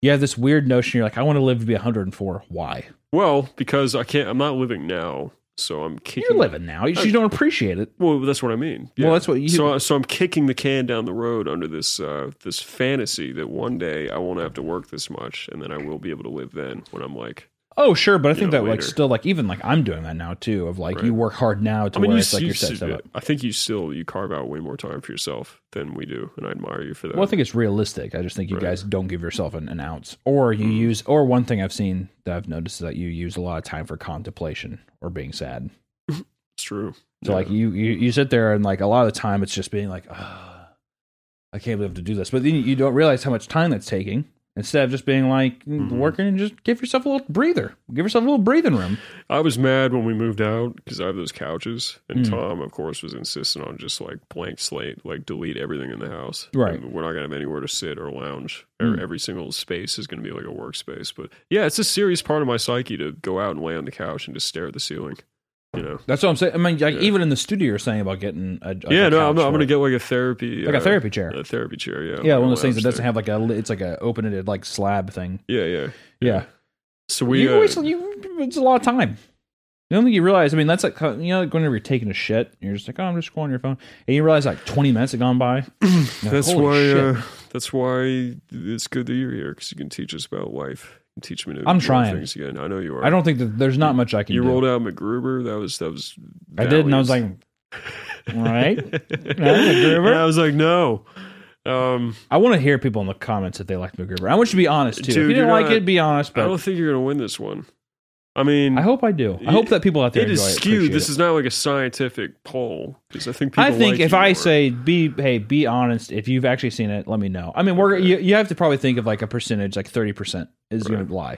A: you have this weird notion. You're like, I want to live to be 104. Why?
B: well because I can't. I'm not living now, so I'm kicking.
A: You're living now. You, you don't appreciate it.
B: Well, that's what I mean.
A: Well, that's what you-
B: Oh, So, so I'm kicking the can down the road under this uh, this fantasy that one day I won't have to work this much, and then I will be able to live then when I'm like.
A: Oh, sure, but I think
B: know,
A: that like
B: later.
A: still like even like I'm doing that now too. Of like
B: Right.
A: you work hard now to
B: I mean,
A: where
B: you,
A: it's like
B: you
A: you're set
B: s-
A: stuff up.
B: I think you still you carve out way more time for yourself than we do, and I admire you for that.
A: Well, I think it's realistic. I just think you
B: Right. Mm.
A: guys don't give yourself an, an ounce, or you use, or one thing I've seen that I've noticed is that you use a lot of time for contemplation or being sad.
B: it's true.
A: So
B: Yeah.
A: like you, you you sit there and like a lot of the time it's just being like, oh, I can't believe I have to do this, but then you don't realize how much time that's taking. Instead of just being like "Mm,
B: Mm-hmm.
A: working and just give yourself a little breather, give yourself a little breathing room.
B: I was mad when we moved out because I have those couches, and
A: Hmm.
B: Tom, of course, was insistent on just like blank slate, like delete everything in the house.
A: Right. Hmm.
B: And we're not gonna have anywhere to sit or lounge. Or every single space is gonna be like a workspace. But yeah, it's a serious part of my psyche to go out and lay on the couch and just stare at the ceiling. You know.
A: That's what I'm saying. I mean, like
B: Yeah.
A: even in the studio, you're saying about getting a, a
B: yeah,
A: a
B: no,
A: couch
B: I'm, not, I'm
A: for
B: gonna
A: it.
B: get like a therapy,
A: like a
B: uh,
A: therapy chair.
B: a therapy chair.
A: yeah,
B: Yeah, like
A: one
B: a
A: of those things that doesn't
B: lounge thing.
A: have like a it's like a open ended like slab thing.
B: Yeah, yeah,
A: Yeah,
B: So we
A: you
B: uh,
A: always you it's a lot of time. You don't think you realize. I mean, that's like you know, like whenever you're taking a shit, you're just like, oh, I'm just scrolling your phone, and you realize like 20 minutes have gone
B: [clears throat]
A: by. You're like,
B: That's
A: "Holy
B: why.
A: shit."
B: Uh, that's why it's good that you're here because you can teach us about life. You can teach me. To
A: I'm
B: learn
A: trying.
B: things again. I know you are.
A: I don't think that there's not much I can
B: You
A: do.
B: rolled out MacGruber. That was that was.
A: I did, and I was like,
B: valiant. [laughs]
A: all right, That was a
B: And I
A: groover.
B: was like, no. Um,
A: I want to hear people in the comments if they liked MacGruber. I want you to be honest too. if
B: Dude,
A: you didn't
B: you're
A: like
B: not-
A: it, be honest.
B: I
A: But
B: don't think you're gonna win this one. I mean,
A: I hope I do. I
B: It-
A: hope that people out there
B: it
A: enjoy
B: is
A: it,
B: skewed.
A: appreciate
B: This
A: it.
B: is not like a scientific poll because I think people
A: I think
B: like
A: if
B: you
A: I
B: more.
A: say be hey be honest if you've actually seen it let me know. I mean we're
B: Okay.
A: you, you have to probably think of like a percentage like thirty percent is going
B: Right.
A: to lie.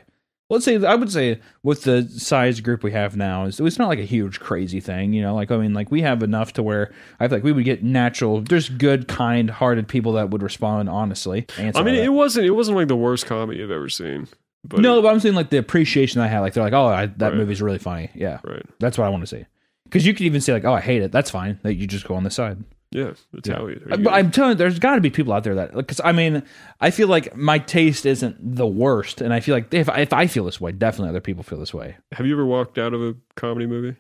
A: Let's say I would say with the size group we have now is it's not like a huge crazy thing you know like I mean like we have enough to where I feel like we would get natural there's good kind hearted people that would respond honestly.
B: I mean,
A: it
B: it wasn't it wasn't like the worst comedy I've ever seen. But
A: no, but I'm saying like the appreciation I had like they're like oh I, that
B: Right.
A: movie's really funny yeah
B: right?
A: that's what I want to see because you could even say like oh I hate it that's fine that you just go on the side.
B: Yeah, Italian. Are you
A: Uh, But I'm telling you, there's got to be people out there that, because I mean, I feel like my taste isn't the worst, and I feel like if if I feel this way, definitely other people feel this way.
B: Have you ever walked out of a comedy movie?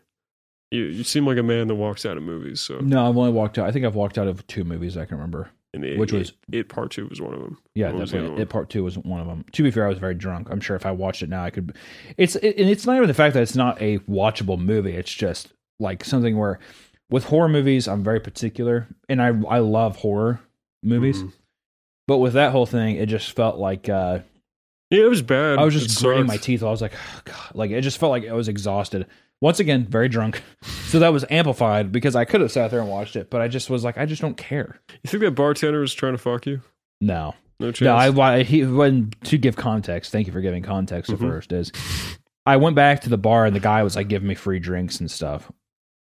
B: You you seem like a man that walks out of movies. So
A: No, I've only walked out. I think I've walked out of two movies I can remember.
B: and it,
A: Which was-
B: it, It part two was one of them.
A: Yeah,
B: What was the
A: definitely.
B: other
A: It part two was one of them. To be fair, I was very drunk. I'm sure if I watched it now, I could. It's it, and it's not even the fact that it's not a watchable movie. It's just like something where, with horror movies, I'm very particular, and I I love horror movies.
B: Mhm.
A: But with that whole thing, it just felt like. uh
B: Yeah, it was bad.
A: I was just
B: It
A: gritting
B: sucked.
A: my teeth. I was like, "Oh, God. like it just felt like I was exhausted. Once again, very drunk. [laughs] So that was amplified because I could have sat there and watched it, but I just was like, I just don't care.
B: You think that bartender was trying to fuck you?
A: No,
B: No chance.
A: no. I why he when to give context. Thank you for giving context.
B: Mhm.
A: The first is, I went back to the bar and the guy was like giving me free drinks and stuff.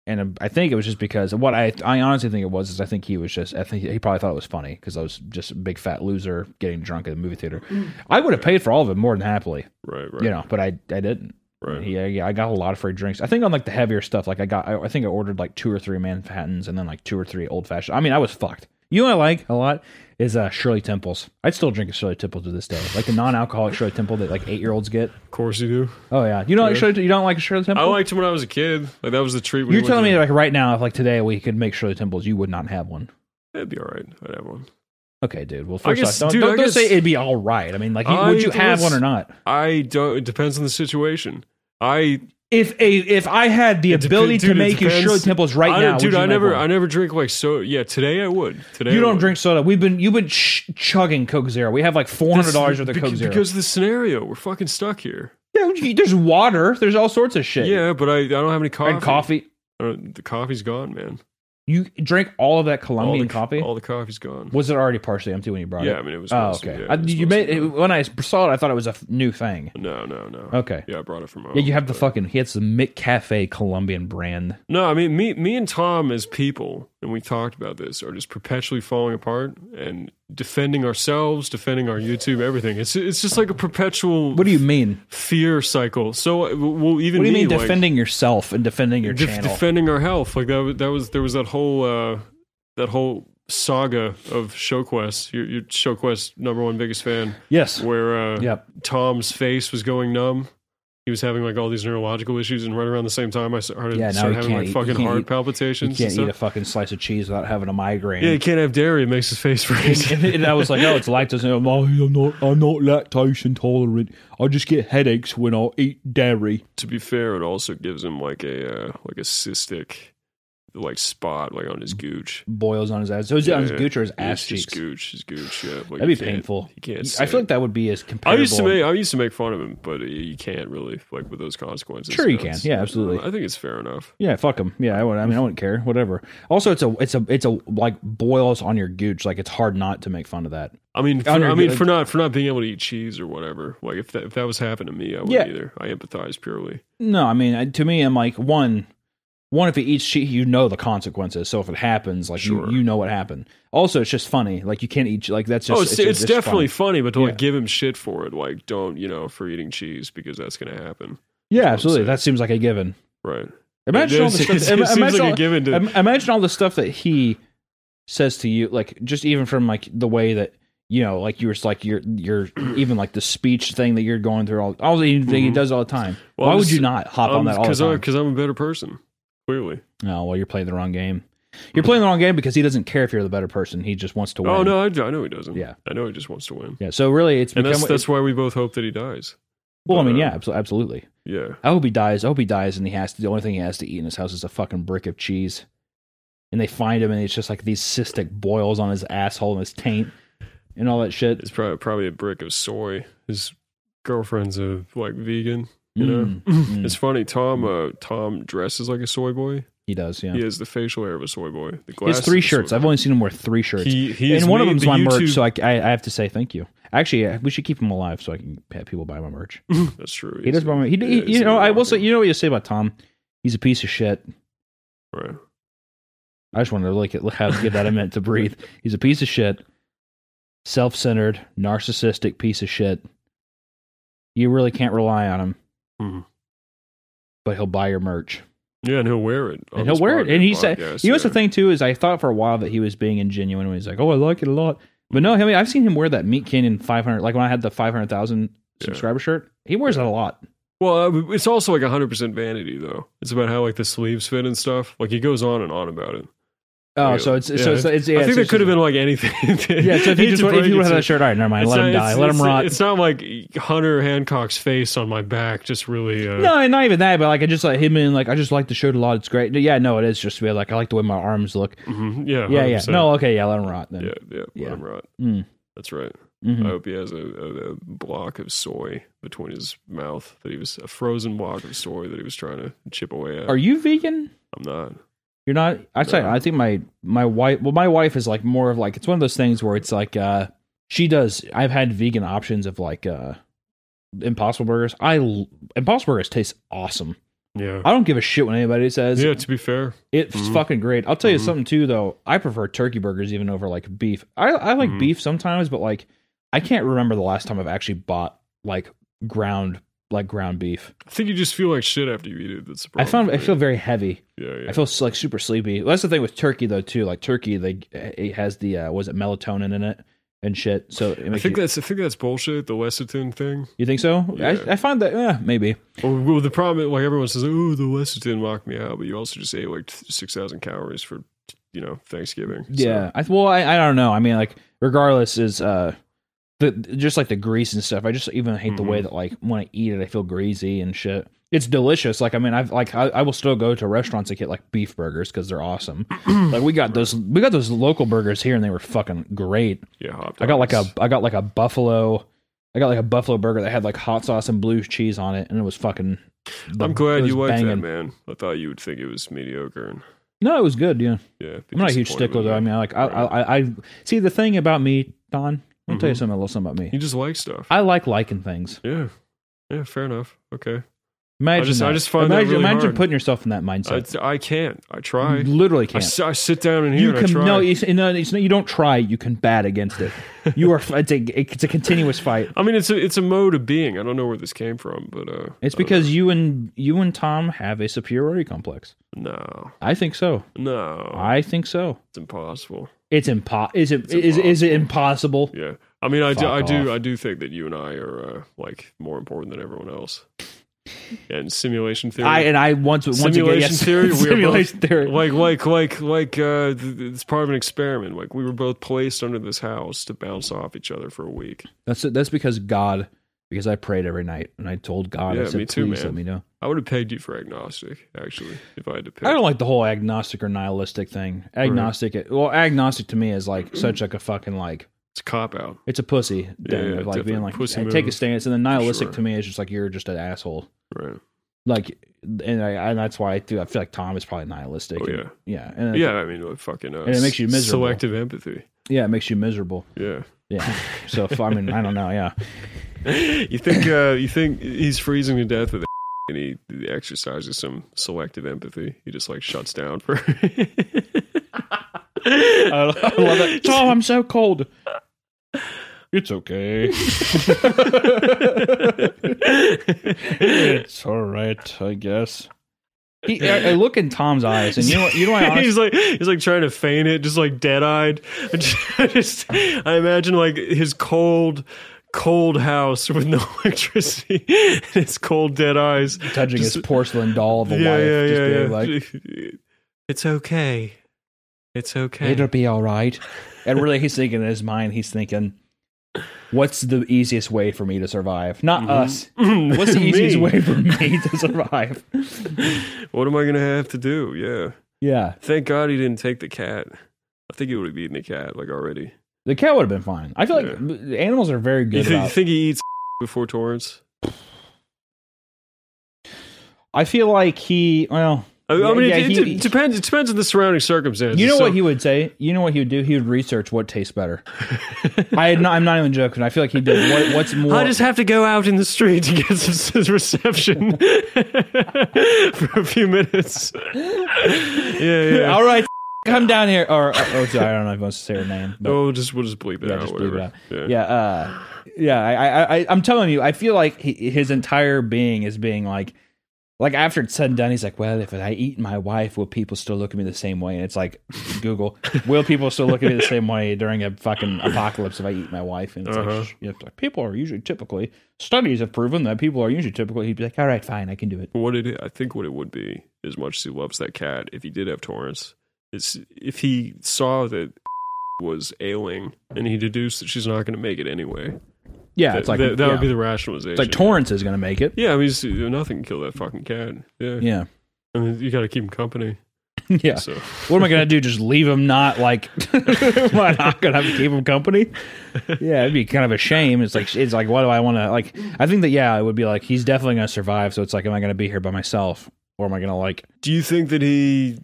A: And um, I think it was just because what I I honestly think it was is I think he was just I think he probably thought it was funny because I was just a big fat loser getting drunk at the movie theater. I would have paid for all of it more than happily,
B: right, right,
A: you know, but I I didn't.
B: right.
A: Yeah, yeah, I got a lot of free drinks. I think on like the heavier stuff, like I got, I, I think I ordered like two or three Manhattans and then like two or three old fashioned. I mean, I was fucked. You know what I like a lot is uh, Shirley Temples. I'd still drink a Shirley Temple to this day, like a non-alcoholic Shirley Temple that like eight-year-olds get.
B: Of course you do.
A: Oh yeah, you know like
B: Yeah.
A: Shirley, you don't like a Shirley Temple.
B: I liked him when I was a kid. Like that was the treat. when
A: Mm-hmm. You're
B: you
A: telling
B: went
A: me
B: to-
A: like right now, if like today we could make Shirley Temples, you would not have one.
B: it'd be all right. I'd have one.
A: Okay, dude. Well, first
B: guess-
A: off, don't,
B: dude,
A: don't,
B: I
A: don't
B: guess-
A: say it'd be all right. I mean, like,
B: I
A: would you have
B: guess-
A: one or not?
B: I don't. It depends on the situation. I
A: If a if I had the
B: It depen-
A: ability
B: dude,
A: to
B: it
A: make you
B: depends.
A: Shirley Temples right
B: I,
A: now, would
B: dude.
A: you
B: I
A: make
B: never.
A: one?
B: I never drink like so. Yeah, today I would. Today
A: You
B: I
A: don't
B: would.
A: drink soda. We've been you've been ch- chugging Coke Zero. We have like four
B: This-
A: hundred dollars worth of
B: bec-
A: Coke Zero.
B: because of the scenario. We're fucking stuck here.
A: yeah, you- there's water. There's all sorts of shit.
B: Yeah, but I, I don't have any coffee.
A: and coffee.
B: I don't- Oh, the coffee's gone, man.
A: You drank all of that
B: all
A: Colombian
B: the,
A: coffee.
B: All the coffee's gone.
A: was it already partially empty when you brought
B: yeah, I
A: it?
B: mean it was.
A: Oh,
B: mostly-
A: okay.
B: yeah,
A: I,
B: it was
A: you made
B: mostly
A: it, when I saw it. I thought it was a f- new thing.
B: gone. No, no, no.
A: Okay.
B: Yeah, I brought it from home.
A: Yeah, you have the
B: but-
A: fucking. He has the Mick Cafe Colombian brand.
B: No, I mean me, me and Tom as people, and we talked about this, are just perpetually falling apart and defending ourselves, defending our YouTube, everything. It's it's just like a perpetual
A: What do you mean?
B: fear cycle. So uh, well, even
A: What do you
B: me,
A: mean
B: like,
A: defending yourself and defending your
B: def-
A: channel?
B: defending our health. Like that was that was there was that whole uh, that whole saga of ShowQuest. Your, your ShowQuest number one biggest fan,
A: yes.
B: where uh,
A: Yep.
B: Tom's face was going numb. He was having like all these neurological issues, and right around the same time, I started,
A: Yeah, now
B: started
A: he
B: having
A: can't
B: like
A: eat-
B: fucking
A: he can't
B: heart
A: eat- You
B: palpitations.
A: can't
B: and
A: eat
B: stuff.
A: a fucking slice of cheese without having a migraine.
B: Yeah, you can't have dairy. It makes his face
A: [laughs]
B: raise.
A: and, and I was like, "Oh, it's lactose." And I'm, like, I'm not. I'm not lactose intolerant. I just get headaches when I eat dairy.
B: to be fair, it also gives him like a uh, like a cystic like spot like on his gooch.
A: Boils on his ass. So is it on his
B: Yeah,
A: gooch or his
B: yeah,
A: Mm. ass
B: it's his
A: cheeks?
B: gooch, his gooch. Yeah, like,
A: That'd
B: you
A: be
B: can't-
A: painful.
B: You can't.
A: I
B: say
A: feel
B: it.
A: like that would be as
B: I
A: comparable.
B: used to make I used to make fun of him, but you can't really like with those consequences.
A: Sure you
B: know,
A: can.
B: it's-
A: Yeah, absolutely.
B: I think it's fair enough.
A: Yeah, fuck him. Yeah, I would. I mean, I wouldn't care. Whatever. Also, it's a, it's a, it's a like boils on your gooch. Like it's hard not to make fun of that.
B: I mean, for,
A: On your
B: I mean
A: good-
B: for not for not being able to eat cheese or whatever. Like if that if that was happening to me, I wouldn't
A: Yeah.
B: either. I empathize purely.
A: No, I mean, I- to me, I'm like one. One, if he eats cheese, you know the consequences. So if it happens, like
B: Sure.
A: you, you know what happened. Also, it's just funny. Like you can't eat. Like that's just.
B: oh, it's, it's,
A: just
B: definitely
A: funny.
B: funny, but to
A: Yeah.
B: like give him shit for it, like don't you know for eating cheese because that's gonna happen,
A: Yeah,
B: I'm
A: absolutely.
B: saying.
A: That seems like a given.
B: right?
A: Imagine
B: It
A: all the
B: seems-
A: stuff.
B: [laughs] it seems
A: Imagine
B: like a
A: all,
B: given to-
A: im- imagine all the stuff that he says to you, like just even from like the way that you know, like you were like your your [clears throat] even like the speech thing that you're going through all all the that he
B: Mhm.
A: does all the time.
B: Well,
A: Why
B: I'm
A: would
B: just-
A: you not hop on that all the
B: because
A: time?
B: because I'm a better person. Clearly.
A: No, well, you're playing the wrong game. You're playing the wrong game because he doesn't care if you're the better person. He just wants to win.
B: Oh no, I, I know he doesn't.
A: Yeah.
B: I know he just wants to win,
A: Yeah. So really, it's
B: and
A: become.
B: that's that's why we both hope that he dies.
A: well, I mean,
B: uh,
A: yeah, abso- absolutely.
B: Yeah,
A: I hope he dies. I hope he dies, and he has to. The only thing he has to eat in his house is a fucking brick of cheese. and they find him, and it's just like these cystic boils on his asshole and his taint and all that shit.
B: It's probably probably a brick of soy. His girlfriend's a like vegan. You
A: Mm,
B: [laughs] know,
A: mm.
B: it's funny. Tom uh, Tom dresses like a soy boy.
A: He does, yeah.
B: He has the facial hair of a soy boy. The
A: He has
B: glasses
A: three
B: of a soy
A: shirts.
B: boy.
A: I've only seen him wear three shirts.
B: He, he has
A: and one of
B: made
A: them's
B: the
A: my merch,
B: YouTube-
A: so I, I, I have to say thank you. Actually, uh, we should keep him alive so I can have people buy my merch.
B: [laughs] That's true.
A: He does buy my. He, he-
B: yeah, he's
A: you
B: a
A: know,
B: good
A: I will say.
B: rocker.
A: You know what you say about Tom? He's a piece of shit.
B: Right.
A: I just wanted to like it- how give that a minute to
B: [laughs]
A: breathe. He's a piece of shit, self-centered, narcissistic piece of shit. You really can't rely on him,
B: Mhm.
A: but he'll buy your merch.
B: Yeah, and he'll wear it. on
A: And he'll
B: this
A: wear it.
B: pod-
A: And he said-
B: podcast,
A: You know what's the
B: yeah.
A: thing too is I thought for a while that he was being ingenuine when he's like, "Oh, I like it a lot," but no, I mean, I've seen him wear that Meat Canyon 500. Like when I had the 500,000
B: Yeah. Oh,
A: subscriber shirt, he wears it a lot.
B: Well, uh, it's also like 100% vanity, though. It's about how like the sleeves fit and stuff. Like he goes on and on about it.
A: Oh,
B: Yeah.
A: so it's
B: Yeah,
A: so it's, it's yeah,
B: I think
A: it's-
B: that could have been like [laughs] anything.
A: [laughs] yeah. So
B: [laughs]
A: if you just want, if you would have that shirt, all right, never mind.
B: It's
A: Let
B: not-
A: him die.
B: it's-
A: Let him
B: it's-
A: rot.
B: It's not like Hunter Hancock's face on my back, just really. Uh,
A: No, and not even that, but like I just like him and like I just like the shirt a lot. It's great. Yeah, no, it is just weird. Like I like the way my arms look.
B: mhm,
A: Yeah,
B: yeah,
A: yeah.
B: 100%.
A: No, okay, yeah, let him rot then.
B: yeah, yeah,
A: Yeah.
B: Let him rot.
A: Mm.
B: That's right.
A: Mhm.
B: I hope he has a, a, a block of soy between his mouth that he was a frozen block of soy that he was trying to chip away at.
A: Are you vegan?
B: I'm not.
A: You're not. I say
B: No.
A: I think my my wife. Well, my wife is like more of like it's one of those things where it's like uh she does. I've had vegan options of like uh Impossible Burgers. I l- Impossible Burgers taste awesome.
B: Yeah.
A: I don't give a shit what anybody says.
B: yeah. To be fair,
A: It's
B: Mhm.
A: fucking great. I'll tell you
B: Mhm.
A: something too, though. I prefer turkey burgers even over like beef. I, I like
B: Mhm.
A: beef sometimes, but like I can't remember the last time I've actually bought like ground like ground beef.
B: I think you just feel like shit after you eat it. That's the
A: I
B: problem
A: found
B: for
A: I
B: me.
A: feel very heavy.
B: Yeah, yeah.
A: I feel like super sleepy. Well, that's the thing with turkey though too. Like turkey, they it has the uh, was it melatonin in it and shit. So it
B: I
A: makes
B: think
A: you,
B: that's I think that's bullshit. The Lexington thing.
A: you think so?
B: Yeah.
A: I, I find that eh, maybe.
B: Well, well, the problem is, like everyone says, oh, the Lexington mocked me out, but you also just ate like six thousand calories for you know Thanksgiving. So,
A: Yeah. I well, I, I don't know. I mean, like, regardless, is uh, the just like the grease and stuff. I just even hate the
B: Mm-hmm.
A: way that like when I eat it, I feel greasy and shit. It's delicious. Like, I mean, I've like I, I will still go to restaurants that get like beef burgers because they're
B: [clears throat]
A: awesome. like, we got those we got those local burgers here, and they were fucking great.
B: yeah. Hot
A: I got like a
B: dogs.
A: I got like a buffalo. I got like a buffalo burger that had like hot sauce and blue cheese on it, and it was fucking.
B: I'm glad you liked that,
A: banging.
B: man. I thought you would think it was mediocre. And,
A: No, it was good. Yeah.
B: yeah, be
A: I'm not a huge
B: disappointed
A: stickler
B: with
A: though. I
B: that.
A: mean, I like I,
B: Right.
A: I, I, I see the thing about me, Don. I'll tell you
B: Mhm.
A: something a little something about me.
B: you just like stuff.
A: I like liking things.
B: yeah, yeah. Fair enough. Okay.
A: Imagine
B: just- I
A: that.
B: just find that
A: imagine,
B: really
A: imagine
B: hard.
A: putting yourself in that mindset.
B: I, I can't. I
A: you
B: try.
A: literally
B: I,
A: can't.
B: s- I sit down in here
A: you
B: and
A: can
B: I try.
A: no, it's, no, it's, no, you don't try. You combat against it. You
B: [laughs]
A: are. It's a, it's a continuous fight.
B: I mean, it's a it's a mode of being. I don't know where this came from, but uh,
A: It's
B: I don't know.
A: because you and you and Tom have a superiority complex.
B: No,
A: I think so.
B: no,
A: I think so.
B: it's impossible.
A: It's impo- is it is, is it impossible?
B: Yeah, I mean, I do,
A: Fuck
B: I do,
A: off.
B: I do think that you and I are uh, like more important than everyone else. And simulation theory,
A: I and I once once again
B: Simulation
A: yes, [laughs]
B: theory, we are both-
A: simulation theory.
B: like, like, like, like, uh, th- th- it's part of an experiment. Like, we were both placed under this house to bounce off each other for a week.
A: That's that's because God, because I prayed every night and I told God, I
B: Yeah,
A: said,
B: me too,
A: please
B: man.
A: let me know.
B: I would have pegged you for agnostic, actually, if I had to pick.
A: I don't like the whole agnostic or nihilistic thing. Agnostic, well, agnostic to me is like such like a fucking like
B: It's a cop out.
A: it's a pussy thing
B: yeah,
A: of like being
B: definitely.
A: like
B: Pussy
A: "Hey, take a
B: move,
A: stance, and then nihilistic
B: sure.
A: to me is just like you're just an asshole.
B: Right.
A: Like, and I, and that's why I do. I feel like Tom is probably nihilistic.
B: Oh,
A: and-
B: yeah.
A: yeah, and
B: Yeah, I mean, like, fucking. Uh,
A: And it makes you miserable.
B: Selective empathy.
A: yeah, it makes you miserable.
B: Yeah. [laughs]
A: Yeah, so if, I mean, I don't know. Yeah,
B: you think uh, you think he's freezing to death with [laughs] and he exercises some selective empathy. He just like shuts
A: [laughs]
B: down for. [laughs]
A: I, I love it. Tom, I'm so cold. It's
B: [laughs]
A: okay. it's all right, I guess. He, I, I look in Tom's eyes, and you know, what- you know,
B: [laughs]
A: what I honestly,
B: he's like he's like trying to feign it, just like dead [laughs] eyed. I just, I just- I imagine like his cold, cold house with no [laughs] electricity and his cold dead eyes.
A: touching his
B: just-
A: porcelain doll of a wife, just being like,
B: [laughs] it's okay. It's okay. [laughs]
A: it'll be all right. And really, he's thinking in his mind, he's thinking, what's the easiest way for me to survive? Not us. [laughs] What's the
B: Mm-hmm. [laughs] Me.
A: easiest way for me to survive?
B: What am I gonna have to do? Yeah.
A: Yeah.
B: Thank God he didn't take the cat. I think he would have eaten the cat like already.
A: The cat would have been fine. I feel
B: Yeah.
A: like m- animals are very
B: You,
A: good
B: thi- you
A: about.
B: think he eats [laughs] before Torrance?
A: I feel like he. Well,
B: I, I
A: Yeah,
B: mean,
A: yeah,
B: it, it
A: he-
B: d- depends. It depends on the surrounding circumstances.
A: you know
B: So-
A: what he would say. You know what he would do. He would research what tastes better. I had not, I'm not even joking. I feel like he did. What, what's more?
B: [laughs] I just have to go out in the street to get some reception [laughs] for a few minutes. yeah, yeah.
A: All right, [laughs] come down here. Or oh, oh, sorry, I don't know if I want to say her name.
B: [laughs]
A: But
B: Oh, just we'll just bleep it
A: yeah,
B: out.
A: just bleep
B: whatever.
A: it out. Yeah,
B: Yeah.
A: uh, yeah. I, I, I, I'm telling you, I feel like he, his entire being is being like, like after it's said and done, he's like, well, if I eat my wife, will people still look at me the same way? And it's like, Google, will people still look at me the same way during a fucking apocalypse if I eat my wife? And it's
B: Uh-huh.
A: like, sh- it's like, people are usually typically studies have proven that people are usually typically. He'd be like, all right, fine, I can do it.
B: What it, I think what it would be, as much as he loves that cat, if he did have Torrance, is if he saw that was ailing and he deduced that she's not going to make it anyway.
A: Yeah,
B: That,
A: it's like
B: that, that
A: yeah.
B: would be the rationalization.
A: it's like Torrance is gonna make it.
B: yeah, I mean, it's- nothing can kill that fucking cat. Yeah,
A: Yeah,
B: I mean, you got to keep him company.
A: yeah. [laughs]
B: So
A: What am I gonna do? Just leave him not like? [laughs] am I not gonna keep him company? Yeah, it'd be kind of a shame. It's like it's like, why do I want to like? I think that yeah, it would be like he's definitely gonna survive. So it's like, am I gonna be here by myself, or am I gonna like?
B: Do you think that he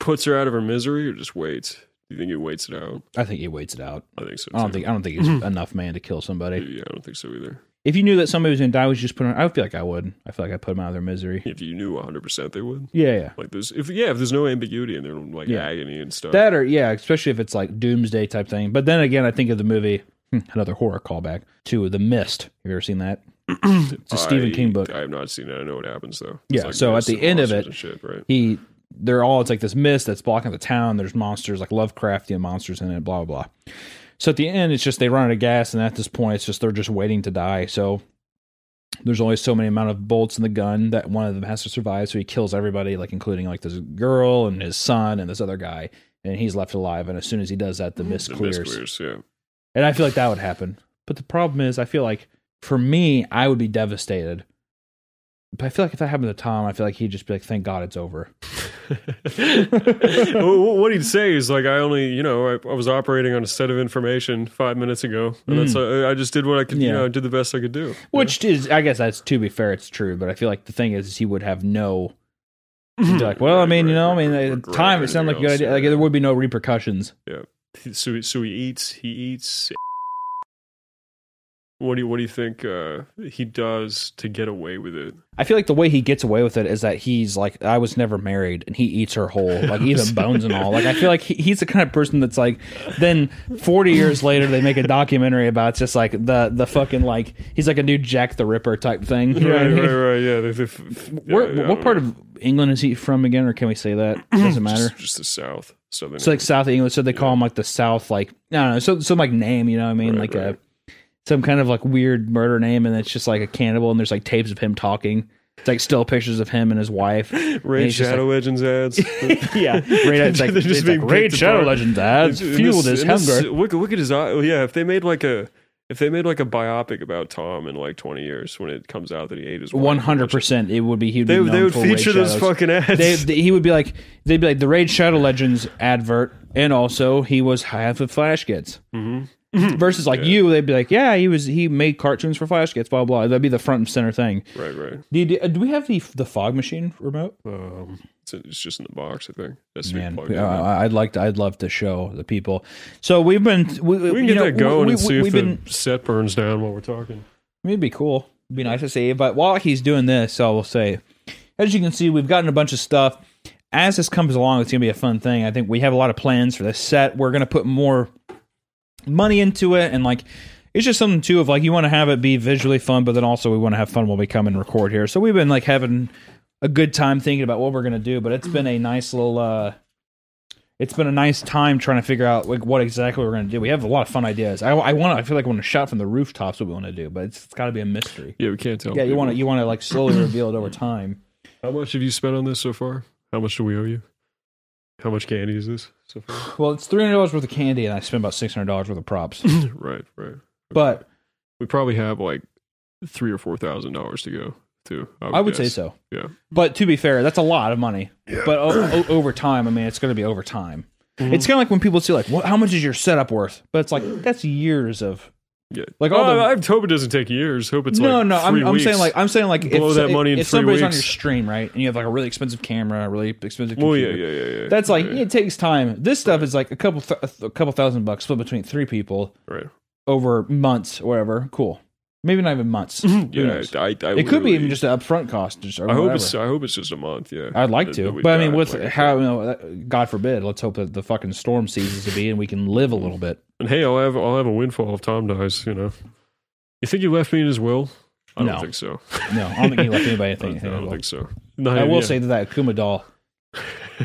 B: puts her out of her misery or just waits? Do you think he waits it out?
A: I think he waits it out.
B: I think so.
A: I don't
B: too.
A: think I don't think he's enough man to kill somebody.
B: Yeah, I don't think so either.
A: If you knew that somebody was gonna die, would you just put him? I feel like I would. I feel like I put him out of their misery.
B: If you knew 100% they would.
A: Yeah, yeah.
B: Like there's if yeah, if there's no ambiguity and there's like
A: Yeah.
B: agony and stuff.
A: That or yeah, especially if it's like doomsday type thing. But then again, I think of the movie hmm, another horror callback to The Mist. Have you ever seen that?
B: it's
A: a Stephen King book.
B: I have not seen it. I know what happens though.
A: Yeah, so at
B: ghosts
A: the
B: and
A: end of
B: monsters
A: it-
B: and shit, right?
A: he they're all it's like this mist that's blocking the town there's monsters like lovecraftian monsters in it blah blah blah so at the end it's just they run out of gas and at this point it's just they're just waiting to die so there's only so many amount of bolts in the gun that one of them has to survive so he kills everybody like including like this girl and his son and this other guy and he's left alive and as soon as he does that the mist
B: The mist
A: clears [laughs]
B: clears, yeah.
A: and i feel like that would happen but the problem is i feel like for me i would be devastated but i feel like if that happened to tom i feel like he'd just be like thank god it's over
B: Well, what he'd say is like, I only, you know, I, I was operating on a set of information five minutes ago, and that's I, I just did what I could, you
A: Mm. Yeah.
B: know, I did the best I could do.
A: Which is, I guess that's to be fair, it's true. But I feel like the thing is, is he would have no.
B: Mhm. [laughs]
A: he'd be like, well, I mean, you know, I mean, at the time it sounded like a good idea. Like there would be no repercussions.
B: so he- so he eats he eats what do you what do you think uh he does to get away
A: [laughs]
B: with it
A: I feel like the way he gets away with it is that he's like, I was never married, and he eats her whole,
B: [laughs]
A: like even bones and all. Like I feel like he, he's the kind of person that's like, then forty years later they make a documentary about it's just like the the fucking like he's like a new Jack the Ripper type thing. You know what I [laughs]
B: right
A: mean?
B: right right yeah, they- they- f-
A: Where,
B: yeah, I
A: what
B: don't
A: part
B: know.
A: of England is he from again, or can we say that?
B: [clears throat]
A: Doesn't matter.
B: just, just the south southern
A: It's like South of England, so they call him like the South, like I don't know, so some like name, you know what I mean,
B: Right,
A: like
B: right.
A: a some kind of like weird murder name, and it's just like a cannibal, and there's like tapes of him talking, it's like still pictures of him and his
B: [laughs]
A: wife. And
B: Raid
A: he's just
B: Shadow Legends ads.
A: like- [laughs] yeah, right, it's like,
B: [laughs] They're just
A: it's
B: being
A: like Raid
B: picked
A: Shadow
B: apart.
A: Legends ads
B: And
A: fueled his
B: this- and this-
A: hunger.
B: Look, look at his eye. uh, Yeah, if they made like a if they made like a biopic about Tom in like twenty years when it comes out that he ate his wife,
A: One hundred percent, it would be he. Would
B: They,
A: be known
B: they would
A: for Raid
B: feature those
A: Shadows.
B: fucking [laughs] ads.
A: They, they- he would be like, they'd be like the Raid Shadow Legends advert, and also he was half of Flash Kids.
B: [laughs]
A: Mm-hmm. Versus like you, they'd be like, yeah, he was he made cartoons for Flash Kids, blah blah. That'd be the front and center thing.
B: right, right.
A: Do, you- do we have the the fog machine remote?
B: Um, it's, it's just in the box, I think. That's
A: Man,
B: plugged in.
A: uh, I'd like to. I'd love to show the people. So we've been we,
B: we can
A: you
B: get
A: know,
B: that going
A: we,
B: and see
A: we, have
B: if
A: been.
B: the set burns down while we're talking.
A: It'd be cool. It'd be nice to see. But while he's doing this, I will say, as you can see, we've gotten a bunch of stuff. As this comes along, it's going to be a fun thing. I think we have a lot of plans for this set. We're going to put more money into it. And like, it's just something too of like, you want to have it be visually fun, but then also we want to have fun when we come and record here. So we've been like having a good time thinking about what we're going to do, but it's been a nice little, uh, it's been a nice time trying to figure out like what exactly we're going to do. We have a lot of fun ideas. I, I want to. I feel like I want to shout from the rooftops what we want to do, but it's, it's got to be a mystery.
B: Yeah, we can't tell.
A: Yeah, you
B: people.
A: want to you want to like slowly reveal it over time.
B: How much have you spent on this so far? How much do we owe you? How much candy is this so [laughs] far?
A: Well, it's three hundred dollars worth of candy, and I spent about six hundred dollars worth of props. [laughs]
B: right, right.
A: But
B: We probably have like three or four thousand dollars to go too.
A: I would say
B: guess.
A: so.
B: Yeah.
A: But to be fair, that's a lot of money. But o- o- over time, I mean, it's going to be over time. It's kind of like when people see like, what, how much is your setup worth? But it's like that's years of
B: Yeah.
A: Like,
B: Like
A: all
B: oh,
A: the-
B: I hope it doesn't take years. Hope it's
A: no,
B: like
A: no.
B: three
A: I'm, I'm
B: weeks.
A: saying like I'm saying like if,
B: Blow that
A: if-
B: money in
A: if
B: three
A: somebody's on
B: weeks.
A: your stream right, and you have like a really expensive camera, a really expensive computer,
B: well, yeah, yeah, yeah, yeah.
A: that's like
B: yeah,
A: it takes time. This stuff is like a couple th- a couple thousand bucks split between three people
B: right.
A: over months, or whatever. Cool, maybe not even months. Who
B: Mm-hmm. Yeah,
A: knows?
B: I, I, I
A: it could be
B: literally-
A: even just an upfront cost. Just, or
B: I hope
A: whatever.
B: it's. I hope it's just a month. Yeah,
A: I'd like
B: that- that
A: to,
B: we've
A: but I mean,
B: got,
A: with
B: like-
A: how you know, that- God forbid, let's hope that the fucking storm ceases to be and we can live a little bit.
B: And hey, I'll have I'll have a windfall if Tom dies. You know. You think he left me in his will? I
A: No.
B: don't think so.
A: No, I don't think
B: [laughs]
A: he left anybody
B: I don't,
A: anything.
B: I don't think so. No,
A: I will
B: yeah.
A: say that that Akuma doll.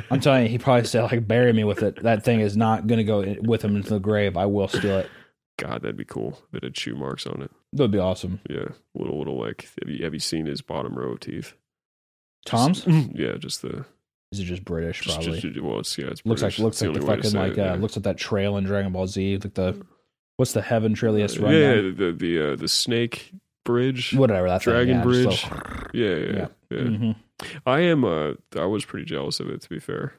A: I'm telling you, he probably said like bury me with it. That thing is not going to go in- with him into the grave. I will steal it.
B: God, that'd be cool. That had shoe marks on it.
A: That would be awesome.
B: Yeah, little little like. Have you, have you seen his bottom row of teeth? mm-hmm.
A: Tom's
B: yeah, just the
A: is it just British?
B: just,
A: Probably
B: just well, it's, yeah, it's
A: looks like
B: British.
A: looks
B: It's the
A: like the
B: only way to
A: fucking
B: say
A: like
B: it, yeah.
A: uh, looks like that trail in Dragon Ball Z. Like the what's the Heaven Trillius
B: yeah,
A: right
B: yeah, the the uh, the snake bridge.
A: Whatever that
B: Dragon
A: thing, yeah,
B: Bridge. Yeah, yeah.
A: Yeah.
B: yeah.
A: hmm
B: I am. Uh, I was pretty jealous of it. To be fair,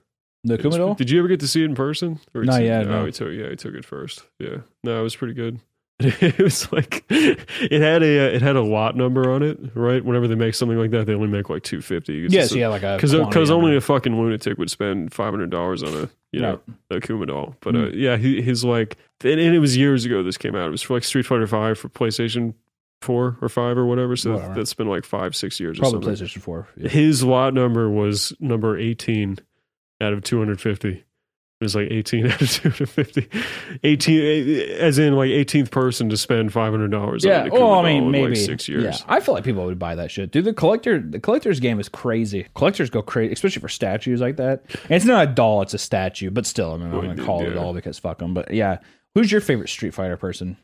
A: The
B: It was-
A: Akuma doll.
B: Did you ever get to see it in person? Or
A: Not
B: it's-
A: yet,
B: Oh,
A: no.
B: he took. Yeah, he took it first. Yeah. No, it was pretty good. [laughs] it was like it had a uh, it had a lot number on it, right? Whenever they make something like that, they only make like two fifty.
A: Yes, yeah, like a
B: Because
A: quantity
B: because
A: on
B: only
A: it.
B: a fucking lunatic would spend five hundred dollars on a you know a Kuma doll. But uh,
A: Mm.
B: yeah, he, his like and, and it was years ago this came out. It was for like Street Fighter Five for PlayStation Four or Five or whatever. So
A: Whatever.
B: that's been like five six years. or
A: probably
B: [laughs] something
A: PlayStation Four. Yeah.
B: his lot number was number 18 out of 250 it was like 18 [laughs] out of 250 18 eh, as in like 18th person to spend $500
A: Yeah.
B: on a
A: Oh,
B: Kuma
A: I mean,
B: doll in
A: maybe
B: like six years
A: Yeah, I feel like people would buy that shit, dude. The collector, the collector's game is crazy. Collectors go crazy, especially for statues like that. And it's not a doll; it's a statue. But still, I mean, I'm
B: Well,
A: gonna
B: dude,
A: call it a
B: yeah.
A: doll because fuck them. But yeah, who's your favorite Street Fighter person?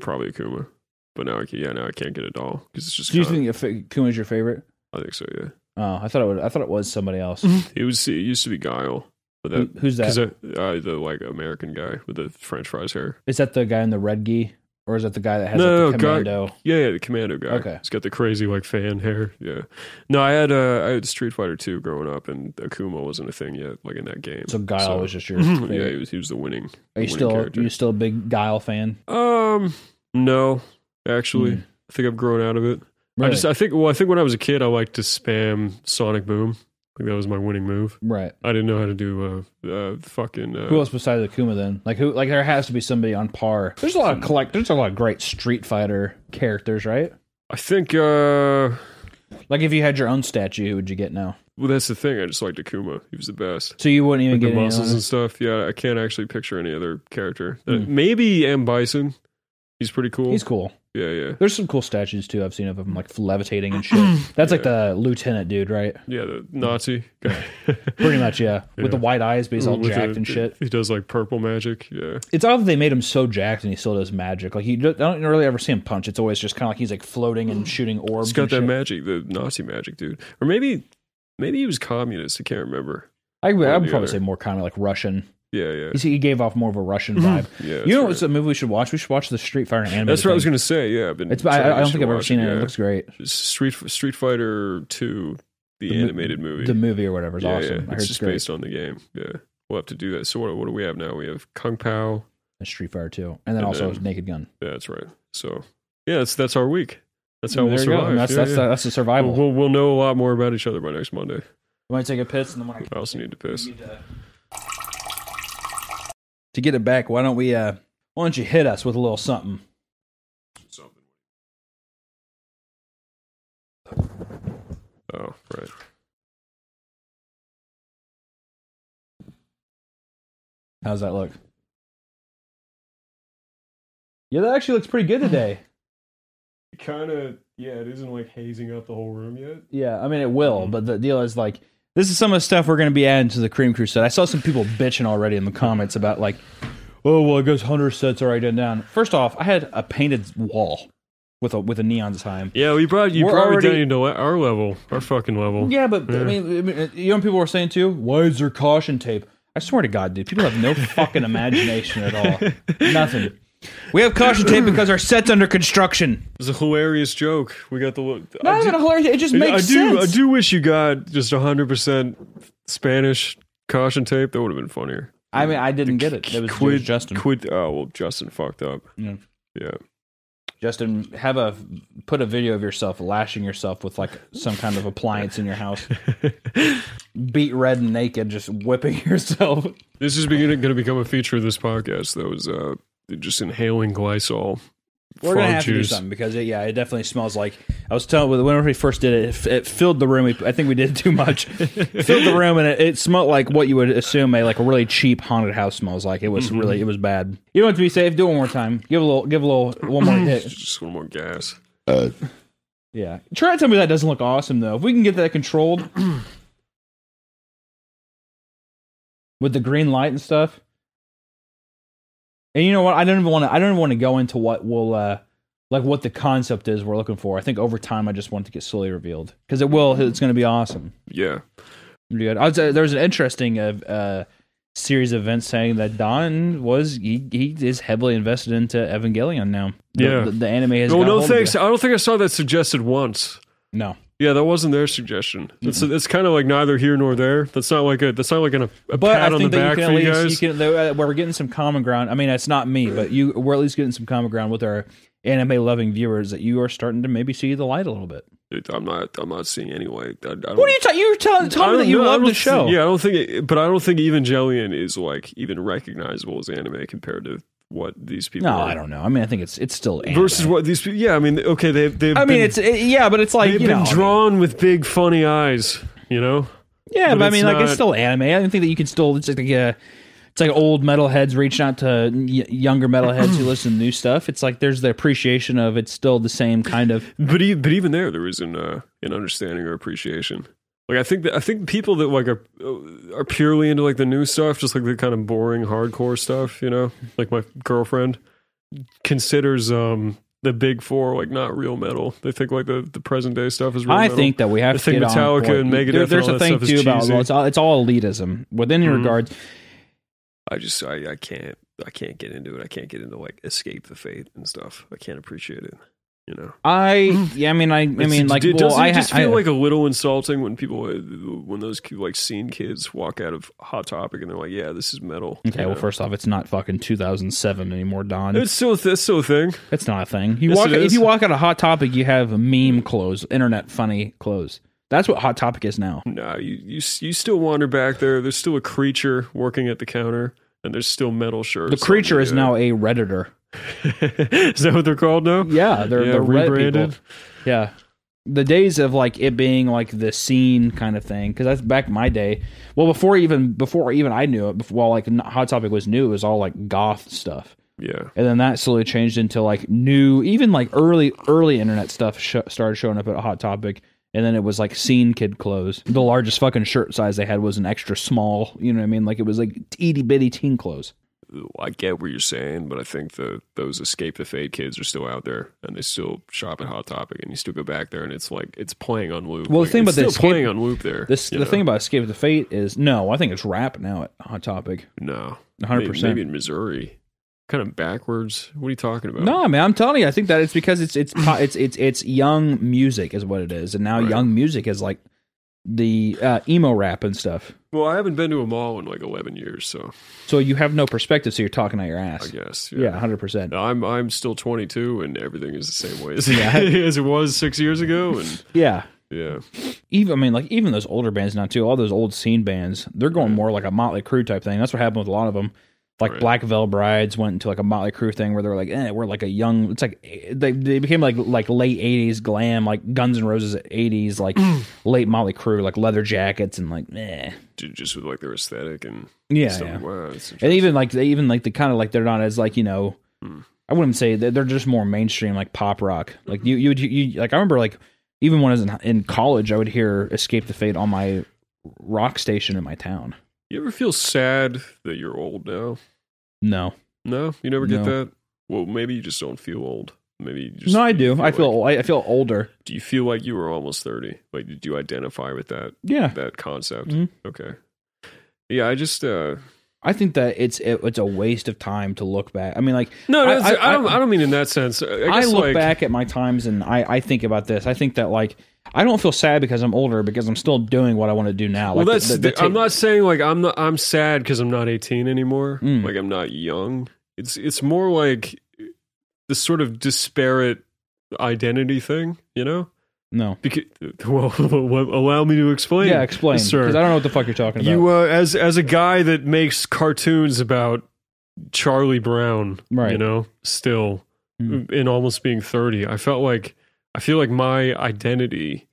B: probably a Kuma but now I can, yeah now I can't get a doll because it's just
A: Do you
B: kinda-
A: think if it- Kuma's your favorite?
B: I think so yeah
A: Oh, I thought it would. I thought it was somebody
B: [laughs]
A: else.
B: it was it used to be Guile but
A: Mm-hmm. Who-
B: that
A: who's that?
B: because uh, the like American guy with the French fries hair
A: Is that the guy in the red gi, or is that the guy that has
B: No,
A: like, the
B: no, guy-
A: commando?
B: yeah yeah the commando guy
A: Okay.
B: he's got the crazy like fan hair yeah no I had uh I had Street Fighter 2 growing up and Akuma wasn't a thing yet like in that game
A: So Guile
B: So-
A: was just your. favorite.
B: [laughs] yeah, he was, he was the winning.
A: Are you
B: winning
A: still
B: character.
A: you still a big Guile fan?
B: Um, no, actually,
A: Hmm.
B: I think I've grown out of it. I
A: Really?
B: just, I think, well, I think when I was a kid, I liked to spam Sonic Boom. I think that was my winning move.
A: right.
B: I didn't know how to do uh, uh fucking uh,
A: Who else besides Akuma then? Like who? Like there has to be somebody on par. There's a lot of collect. There's a lot of great Street Fighter characters, right?
B: I think. uh
A: Like if you had your own statue, who would you get now?
B: Well, that's the thing. I just liked Akuma. He was the best.
A: So you wouldn't even
B: The
A: get any
B: muscles
A: on
B: and stuff. Yeah, I can't actually picture any other character. Uh, Maybe M Bison. He's pretty cool.
A: Hmm. He's cool.
B: yeah, yeah,
A: There's some cool statues too. I've seen of him like levitating and shit.
B: [clears throat]
A: That's like the lieutenant dude, right?
B: yeah. The Nazi guy.
A: Pretty much, yeah. With the white eyes, but [laughs] he's all
B: With
A: jacked
B: the-
A: and shit.
B: He does like purple magic. Yeah.
A: It's odd that they made him so jacked and he still does magic. Like you don't, I don't really ever see him punch. It's always just kind of like he's like floating and shooting orbs.
B: He's got
A: and
B: that
A: shit.
B: magic, the Nazi magic, dude. Or maybe, maybe he was communist. I can't remember.
A: I, would- I would
B: the
A: probably
B: other.
A: say more kind of like Russian.
B: Yeah, Oh, yeah, Hmm.
A: You see, he gave off more of a
B: [clears throat]
A: Russian vibe.
B: yeah.
A: You know
B: that's
A: what's a movie we should watch? We should watch the Street Fighter anime.
B: right. That's what I was gonna say. Yeah, I've been.
A: It's I, I
B: trying to
A: don't think I've ever
B: watch
A: seen it. It
B: yeah.
A: looks great.
B: Street Street Fighter Two, the,
A: mo-
B: animated movie.
A: The movie or whatever is
B: yeah,
A: awesome.
B: yeah.
A: I heard
B: It's
A: it's
B: just
A: great.
B: based on the game. Yeah, we'll have to do that. So what? What do we have now? We have Kung Pao.
A: And Street Fighter 2. and then
B: And
A: also
B: then-
A: Naked Gun.
B: Yeah, that's right. So yeah, that's that's our week. That's how
A: There
B: we'll
A: you go.
B: survive.
A: That's
B: yeah,
A: that's
B: yeah.
A: The, that's the survival.
B: We'll, we'll we'll know a lot more about each other by next Monday.
A: I might take a piss and then when I
B: I also need to piss.
A: to get it back. Why don't we? uh Why don't you hit us with a little something?
B: something. Oh, right.
A: How's that look? Yeah, that actually looks pretty good today.
B: Kind of, yeah, it isn't like hazing up the whole room yet.
A: Yeah, I mean it will, but the deal is like this is some of the stuff we're going to be adding to the Cream Crew set. I saw some people bitching already in the comments about like, oh well, I guess Hunter set's already done down. First off, I had a painted wall with a with a neon sign.
B: Yeah, we brought you
A: We're
B: brought it
A: already-
B: down to our level, our fucking level.
A: Yeah, but I mean, I mean, you know, what people were saying too. Why is [laughs] there caution tape? I swear to God, dude, people have no fucking imagination at all. Nothing. We have caution [laughs] tape because our set's under construction.
B: It's a hilarious joke. We got the.
A: Not even hilarious. It just
B: I
A: makes
B: do. I
A: sense.
B: do wish you got just hundred percent Spanish caution tape. That would have been funnier.
A: I mean, I didn't get it. That was
B: Quid-
A: Justin.
B: Quid, oh well, Justin fucked up.
A: Yeah.
B: Yeah.
A: Justin, have a put a video of yourself lashing yourself with like some kind of appliance in your [laughs] house. Beat red and naked, just whipping [laughs] yourself.
B: This is beginning going to become a feature of this podcast. Though is uh, just inhaling glycol.
A: We're gonna
B: frog
A: have to do
B: juice.
A: something because it, yeah, it definitely smells like. I was telling when we first did it, it, it filled the room. We, I think we did too
B: [laughs]
A: much. It filled the room and it, it smelled like what you would assume a like a really cheap haunted house smells like. It was really it was bad. You don't have to be safe. Do it one more time. Give a little. Give a little. One [clears throat] more hit.
B: Just one more gas.
A: Yeah. Try to tell me that doesn't look awesome though. If we can get that controlled [clears throat] with the green light and stuff. And you know what? I don't even want to. I don't even want to go into what will, uh, like, what the concept is we're looking for. I think over time, I just want it to get slowly revealed because it will. It's going to be awesome.
B: Yeah.
A: Pretty Good. I was, uh, there was an interesting uh, uh, series of events saying that Don was he, he is heavily invested into Evangelion now. The-
B: Yeah.
A: the, the anime has.
B: Oh, No,
A: got
B: no
A: hold of you.
B: thanks. I don't think I saw that suggested once.
A: No,
B: Yeah, that wasn't their suggestion. It's it's kind of like neither here nor there. That's not like a that's not like an, a
A: But
B: pat
A: I
B: on the
A: think
B: back
A: that you
B: for
A: can at
B: you
A: least
B: guys.
A: you can though, uh, we're getting some common ground. I mean, it's not me, but you we're at least getting some common ground with our anime loving viewers that you are starting to maybe see the light a little bit.
B: Dude, I'm not I'm not seeing anyway. I, I don't,
A: What are you talking? You were telling
B: I
A: telling me
B: don't
A: that you
B: know, I
A: love
B: don't
A: the show.
B: thi- yeah, I don't think, it, but I don't think Evangelion is like even recognizable as anime compared to what these people.
A: No,
B: are.
A: I don't know. I mean, I think it's it's still anime.
B: Versus what these people? Yeah, I mean, okay, they they've.
A: I mean,
B: been,
A: it's it, yeah, but it's like
B: they've
A: you
B: been
A: know,
B: drawn with big funny eyes. You know,
A: yeah, but,
B: but
A: I mean,
B: it's
A: like it's
B: not-
A: still anime. I think that you can still it's like a. It's like old metalheads reaching out to y- younger metalheads who listen to new stuff. It's like there's the appreciation of it's still the same kind of
B: but e- but even there, there isn't uh, an understanding or appreciation. Like I think that I think people that like are uh, are purely into like the new stuff, just like the kind of boring hardcore stuff. You know, like my girlfriend considers um the big four like not real metal. They think like the the present day stuff is real.
A: I
B: metal.
A: think that we have
B: I
A: to
B: think
A: get on
B: Metallica
A: board.
B: and Megadeth
A: There-
B: and
A: there's
B: all
A: a
B: that
A: thing
B: stuff is
A: too about
B: cheesy.
A: well, it's all, it's all elitism with any
B: Mhm.
A: regards.
B: I just I, I can't I can't get into it. I can't get into like escape the fate and stuff. I can't appreciate it. You know.
A: I yeah, I mean, I I mean,
B: Mm-hmm. It's-
A: like,
B: d-
A: well,
B: doesn't
A: I
B: it just
A: ha-
B: feel
A: I-
B: like a little insulting when people uh, when those like scene kids walk out of Hot Topic and they're like, "Yeah, this is metal."
A: Okay,
B: You
A: well,
B: know?
A: first off, it's not fucking 2007 anymore, Don.
B: it's still a th- it's still a thing.
A: It's not a thing. You
B: Yes,
A: walk
B: it
A: if
B: is.
A: you walk out of Hot Topic, you have meme clothes, internet funny clothes. That's what Hot Topic is now.
B: No, you you s- you still wander back there. There's still a creature working at the counter, and there's still metal shirts.
A: The
B: on
A: creature is
B: uh,
A: now a redditor.
B: [laughs] is that what they're called now?
A: Yeah, they're
B: Yeah,
A: they're rebranded.
B: rebranded.
A: Yeah. The days of like it being like the scene kind of thing, because that's back in my day. Well, before even before even I knew it, before, while like n- Hot Topic was new, it was all like goth stuff,
B: Yeah,
A: and then that slowly changed into like new, even like early early internet stuff sh- started showing up at Hot Topic, and then it was like scene kid clothes. The largest fucking shirt size they had was an extra small. You know what I mean? Like it was like itty bitty teen clothes.
B: I get what you're saying, but I think the those escape the fate kids are still out there, and they still shop at Hot Topic, and you still go back there, and it's like it's playing on loop.
A: Well, the
B: Like,
A: thing
B: it's
A: about the
B: still
A: escape-
B: playing on loop there.
A: This
B: you
A: the
B: know?
A: thing about Escape the Fate is no, I think it's rap now at Hot Topic.
B: No,
A: 100%.
B: Maybe, maybe in Missouri, kind of backwards. What are you talking about?
A: No, man, I'm telling you, I think that it's because it's it's po- it's it's it's young music is what it is, and now
B: Right.
A: young music is like the uh, emo rap and stuff.
B: Well, I haven't been to a mall in like eleven years, so
A: So you have no perspective, so you're talking out your
B: I
A: ass.
B: guess
A: Yeah, hundred percent.
B: I'm I'm still 22 and everything is the same way as,
A: Yeah.
B: [laughs] as it was six
A: [laughs]
B: years ago and
A: Yeah, [clears throat]
B: yeah
A: even I mean, like even those older bands now too. All those old scene bands, they're going more like a Motley Crue type thing. That's what happened with a lot of them. Like
B: Right.
A: Black Veil Brides went into like a Motley Crue thing where they were like, eh, we're like a young. It's like eh, they they became like like late '80s glam, like Guns N' Roses '80s, like
B: Mm.
A: late Motley Crue, like leather jackets and like, eh.
B: ju- just with like their aesthetic and
A: Yeah,
B: stuff.
A: yeah.
B: Wow, that's
A: and even like they even like the kind of like they're not as like you know
B: Hmm.
A: i wouldn't say that they're just more mainstream like pop rock like you you would you, you like i remember like even when i was in, in college i would hear escape the fate on my rock station in my town
B: You ever feel sad that you're old now?
A: no
B: No, you never
A: No.
B: get that. Well, maybe you just don't feel old. Maybe you just
A: no i do i feel
B: Like,
A: old- I, I feel older
B: do you feel like you were almost thirty? Like, do you identify with that
A: yeah
B: that concept?
A: Mhm.
B: Okay. Yeah, I just uh
A: I think that it's it, it's a waste of time to look back. I mean, like
B: No, no,
A: I-
B: I,
A: I-
B: don't. I, don't mean in that sense. I,
A: I,
B: guess,
A: look
B: like,
A: back at my times and I, I think about this. I think that like I don't feel sad because I'm older because I'm still doing what I want to do now.
B: Well,
A: like,
B: that's.
A: the- the- the
B: I'm
A: ta-
B: not saying like I'm not. I'm sad because I'm not 18 anymore.
A: Mm.
B: Like I'm not young. It's it's more like this sort of disparate identity thing. You know.
A: no.
B: Because [laughs] well, allow me to explain.
A: Yeah, explain. Because
B: sir.
A: I don't know what the fuck you're talking about.
B: You uh, as as a guy that makes cartoons about Charlie Brown,
A: Right.
B: You know, still
A: Hmm.
B: in almost being thirty, I felt like I feel like my identity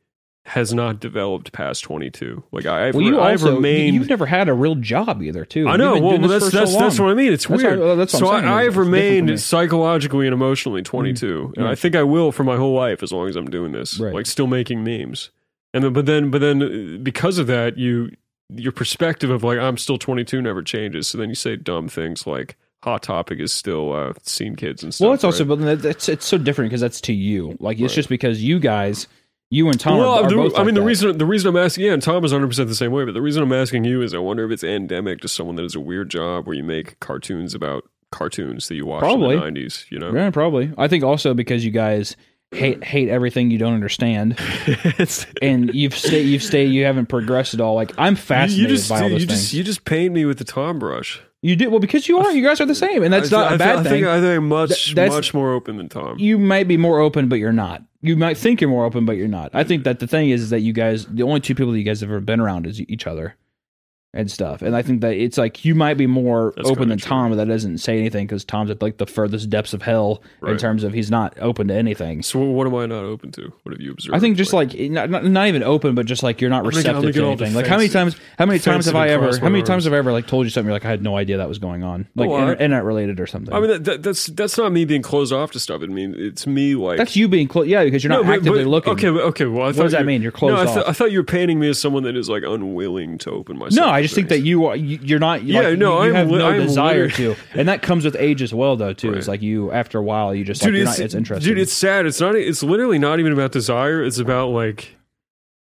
B: has not developed past twenty two. Like I, I've,
A: well, you
B: re- I've
A: also
B: remained.
A: you, have never had a real job either, too.
B: I
A: You've
B: know.
A: been
B: Well,
A: doing this
B: that's
A: for so
B: that's that's
A: long.
B: what I mean. It's
A: That's
B: weird.
A: what- that's what I'm
B: so
A: saying. It's
B: I, I
A: different
B: have
A: for me.
B: remained psychologically and emotionally 22, and
A: Yeah.
B: I think I will for my whole life as long as I'm doing this,
A: Right.
B: like still making memes. And then, but then, but then, uh, because of that, you your perspective of like I'm still 22 never changes. So then you say dumb things like hot topic is still uh, seen kids and stuff.
A: Well, it's also
B: right?
A: but then that's it's so different because that's to you. Like it's just because you guys, you and Tom,
B: Well,
A: are, are
B: the-
A: both.
B: I
A: like
B: mean, the
A: that.
B: reason the reason I'm asking, yeah, and Tom is 100 percent the same way. But the reason I'm asking you is, I wonder if it's endemic to someone that has a weird job where you make cartoons about cartoons that you watched
A: Probably.
B: in the 90s. You know,
A: yeah, probably. I think also because you guys hate hate everything you don't understand,
B: [laughs] It's-
A: and you've stayed you've stayed you haven't progressed at all. Like I'm fascinated
B: you just
A: by all
B: you
A: those
B: just
A: things. You,
B: you just paint me with the Tom brush.
A: do well because you are you guys are the same, and that's
B: I,
A: not
B: I,
A: a bad
B: I,
A: thing.
B: think I think I'm much
A: Th- that's-
B: much more open than Tom.
A: you might be more open, but you're not. You might think you're more open, but you're not. I think that the thing is, is that you guys, the only two people that you guys have ever been around is each other and stuff. And I think that it's like you might be more
B: That's
A: open
B: kinda
A: than
B: true.
A: Tom, but that doesn't say anything because Tom's at like the furthest depths of hell in
B: Right.
A: terms of he's not open to anything.
B: so what am I not open to? What have you observed?
A: I think just like not, not, not even open, but just like you're not
B: gonna get-
A: receptive
B: I'm gonna
A: to
B: get all
A: anything. Like how many times?
B: defensive-
A: How many times have
B: defensive
A: I
B: and
A: ever?
B: cross
A: How
B: my
A: many times
B: arms.
A: have I ever like told you something? You're like I had no idea that was going on, like
B: Oh, I-
A: internet, internet related or something.
B: I mean that, that, that's that's not me being closed off to stuff. I mean it's me like
A: that's you being close, yeah, because you're not
B: No, but-
A: actively
B: but-
A: looking.
B: Okay, but- okay. Well, I thought
A: does that
B: you-
A: mean? You're closed
B: no, I,
A: off.
B: I thought you were painting me as someone that is like unwilling to open myself.
A: No, I
B: to
A: just think that
B: things.
A: you are you- you're not.
B: Yeah,
A: like,
B: no,
A: you, you
B: I'm
A: have
B: li-
A: no
B: I'm
A: desire
B: literally-
A: to, and that comes with age as well, though. Too, it's
B: Right.
A: like you after a while, you just
B: dude.
A: like you're
B: it's,
A: not as interested.
B: dude, it's sad. It's not. It's literally not even about desire. It's about like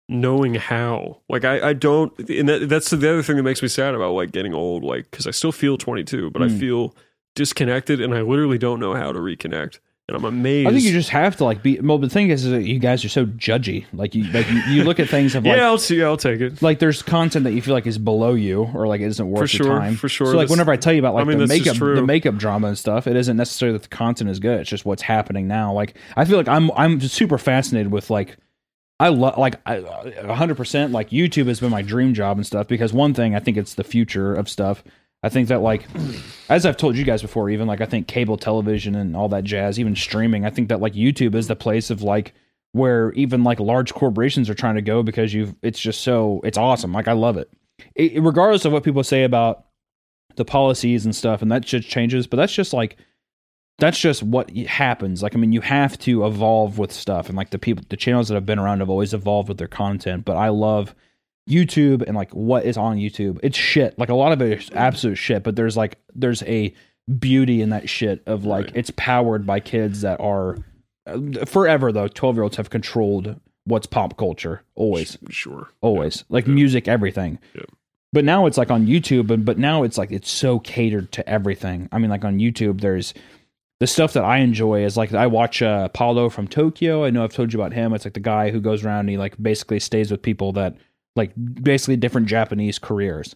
B: knowing how. Like I, I don't. And that, that's the other thing that makes me sad about like getting old. Like because I still feel 22, but I
A: Mm.
B: feel disconnected, and I literally don't know how to reconnect. And I'm amazed.
A: I think you just have to like be. Well, the thing is, is that you guys are so judgy. Like you, like you, you look at things of like.
B: yeah, I'll see. I'll take it.
A: Like there's content that you feel like is below you or like isn't worth
B: sure,
A: your time.
B: for sure.
A: So like
B: That's-
A: whenever I tell you about like
B: I mean,
A: the
B: that's just
A: makeup,
B: true.
A: the makeup drama and stuff, it isn't necessarily that the content is good. It's just what's happening now. Like I feel like I'm I'm super fascinated with like I love like I- a hundred percent like YouTube has been my dream job and stuff because one thing I think it's the future of stuff. I think that like [clears throat] as I've told you guys before, even like I think cable television and all that jazz, even streaming, I think that like YouTube is the place of like where even like large corporations are trying to go because you've it's just so it's awesome. Like I love it. it regardless of what people say about the policies and stuff, and that shit changes, but that's just like that's just what happens. Like, I mean, you have to evolve with stuff, and like the people, the channels that have been around have always evolved with their content. But I love YouTube and like what is on YouTube. It's shit. Like a lot of it is absolute shit, but there's like there's a beauty in that shit of like
B: Right.
A: it's powered by kids that are uh, forever though. Twelve year olds have controlled what's pop culture always
B: Sure.
A: always like music everything
B: Yeah.
A: but now it's like on youtube but, but now it's like it's so catered to everything i mean like on youtube there's the stuff that i enjoy is like i watch uh, apollo from tokyo i know i've told you about him it's like the guy who goes around and he like basically stays with people that like basically different japanese careers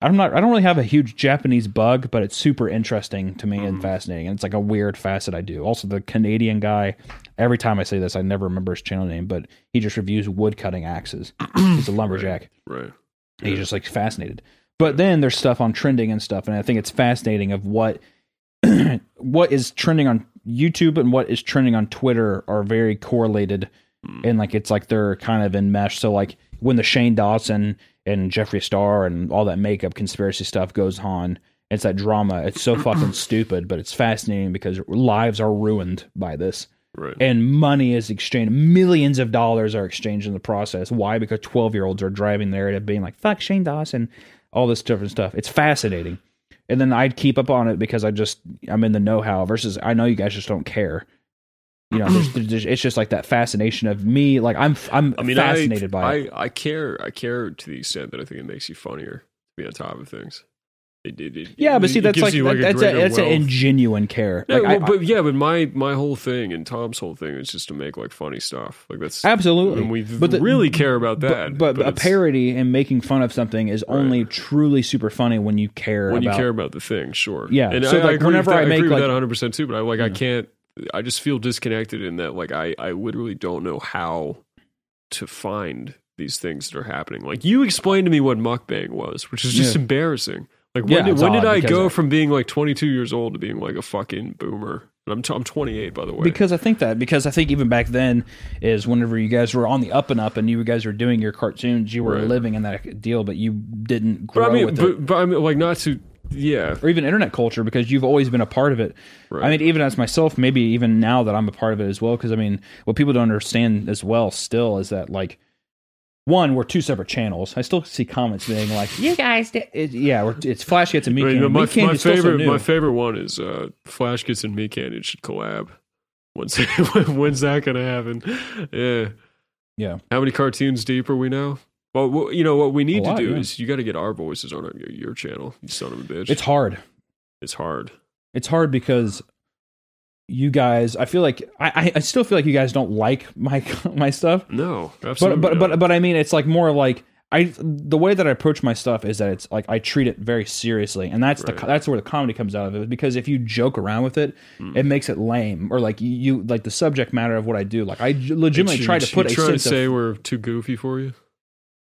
A: i'm not i don't really have a huge japanese bug but it's super interesting to me and fascinating and it's like a weird facet i do also the canadian guy every time i say this i never remember his channel name but he just reviews wood cutting axes he's a lumberjack
B: Right.
A: and he's just like fascinated. But then there's stuff on trending and stuff, and I think it's fascinating of what [clears throat] what is trending on YouTube and what is trending on Twitter are very correlated, and like it's like they're kind of enmeshed. So like when the Shane Dawson and Jeffree Star and all that makeup conspiracy stuff goes on, it's that drama. It's so fucking stupid, but it's fascinating because lives are ruined by this
B: Right.
A: and money is exchanged. Millions of dollars are exchanged in the process. Why? Because twelve year olds are driving there and being like, "Fuck Shane Dawson," all this different stuff. It's fascinating. And then I'd keep up on it because I just I'm in the know how. Versus I know you guys just don't care. You know, there's, there's, it's just like that fascination of me. Like I'm I'm
B: I mean,
A: fascinated
B: I,
A: by it.
B: I, I care. I care to the extent that I think it makes you funnier to be on top of things. It- it- it-
A: Yeah, but
B: it
A: see, that's
B: gives
A: like,
B: you,
A: that- that's a,
B: greater
A: that's an
B: wealth.
A: ingenuine care.
B: Yeah,
A: like, I-
B: well, but yeah, but my my whole thing and Tom's whole thing is just to make like funny stuff. Like that's
A: I- absolutely.
B: and we
A: But the-
B: really care about
A: but-
B: that.
A: but, a
B: it's
A: parody and making fun of something is only truly super funny when you care.
B: when you
A: about-
B: care about the thing, sure.
A: Yeah,
B: and
A: so,
B: I, I
A: like,
B: agree
A: whenever
B: with
A: I
B: that,
A: make,
B: agree
A: like-
B: with that 100 percent too. But I like I can't. I just feel disconnected in that like I I literally don't know how to find these things that are happening. Like you explained to me what mukbang was, which is just
A: Yeah.
B: embarrassing. Like
A: Yeah,
B: when did,
A: it's
B: when did
A: odd
B: I
A: because
B: go
A: of-
B: from being like 22 years old to being like a fucking boomer? And I'm t- I'm 28 by the way.
A: Because I think that because I think even back then is whenever you guys were on the up and up and you guys were doing your cartoons, you were
B: Right.
A: living in that deal, but you didn't grow
B: but I mean,
A: with it.
B: but, but I mean, like not to yeah.
A: or even internet culture because you've always been a part of it. I mean, even as myself, maybe even now that I'm a part of it as well. Because I mean, what people don't understand as well still is that like one, we're two separate channels. I still see comments being like, "You guys, did. It, yeah, we're, it's Flash gets a meat
B: I mean,
A: can.
B: my,
A: Meat can
B: my
A: is still so
B: favorite
A: new.
B: my favorite one is uh, Flash gets in Meat Cannon should collab. When's [laughs] when's that gonna happen? Yeah.
A: Yeah.
B: How many cartoons deep are we now? Well, wh- you know what we need
A: lot,
B: to do
A: yeah.
B: is you got to get our voices on our, your channel. You son of a bitch.
A: It's hard.
B: it's hard.
A: It's hard because you guys. I feel like I, I, I still feel like you guys don't like my [laughs] my stuff.
B: No, absolutely.
A: but but uh,
B: not.
A: but but I mean, it's like more like I the way that I approach my stuff is that it's like I treat it very seriously, and that's
B: Right.
A: the that's where the comedy comes out of it. Because if you joke around with it,
B: Hmm.
A: it makes it lame, or like you like the subject matter of what I do. Like I j- legitimately
B: You-
A: try to
B: you
A: put a
B: trying to
A: sense
B: say
A: of.
B: we're too goofy for you.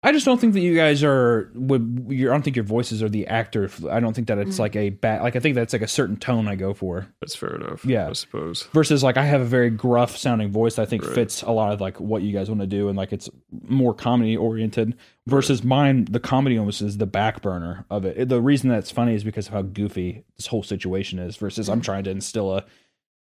A: I just don't think that you guys are would. You, I don't think your voices are the actor. I don't think that it's like a bad. Like I think that's like a certain tone I go for.
B: That's fair enough.
A: Yeah.
B: I suppose.
A: Versus like I have a very gruff sounding voice that I think
B: Right.
A: fits a lot of like what you guys want to do and like it's more comedy oriented versus mine the comedy almost is the back burner of it. The reason that's funny is because of how goofy this whole situation is versus I'm trying to instill a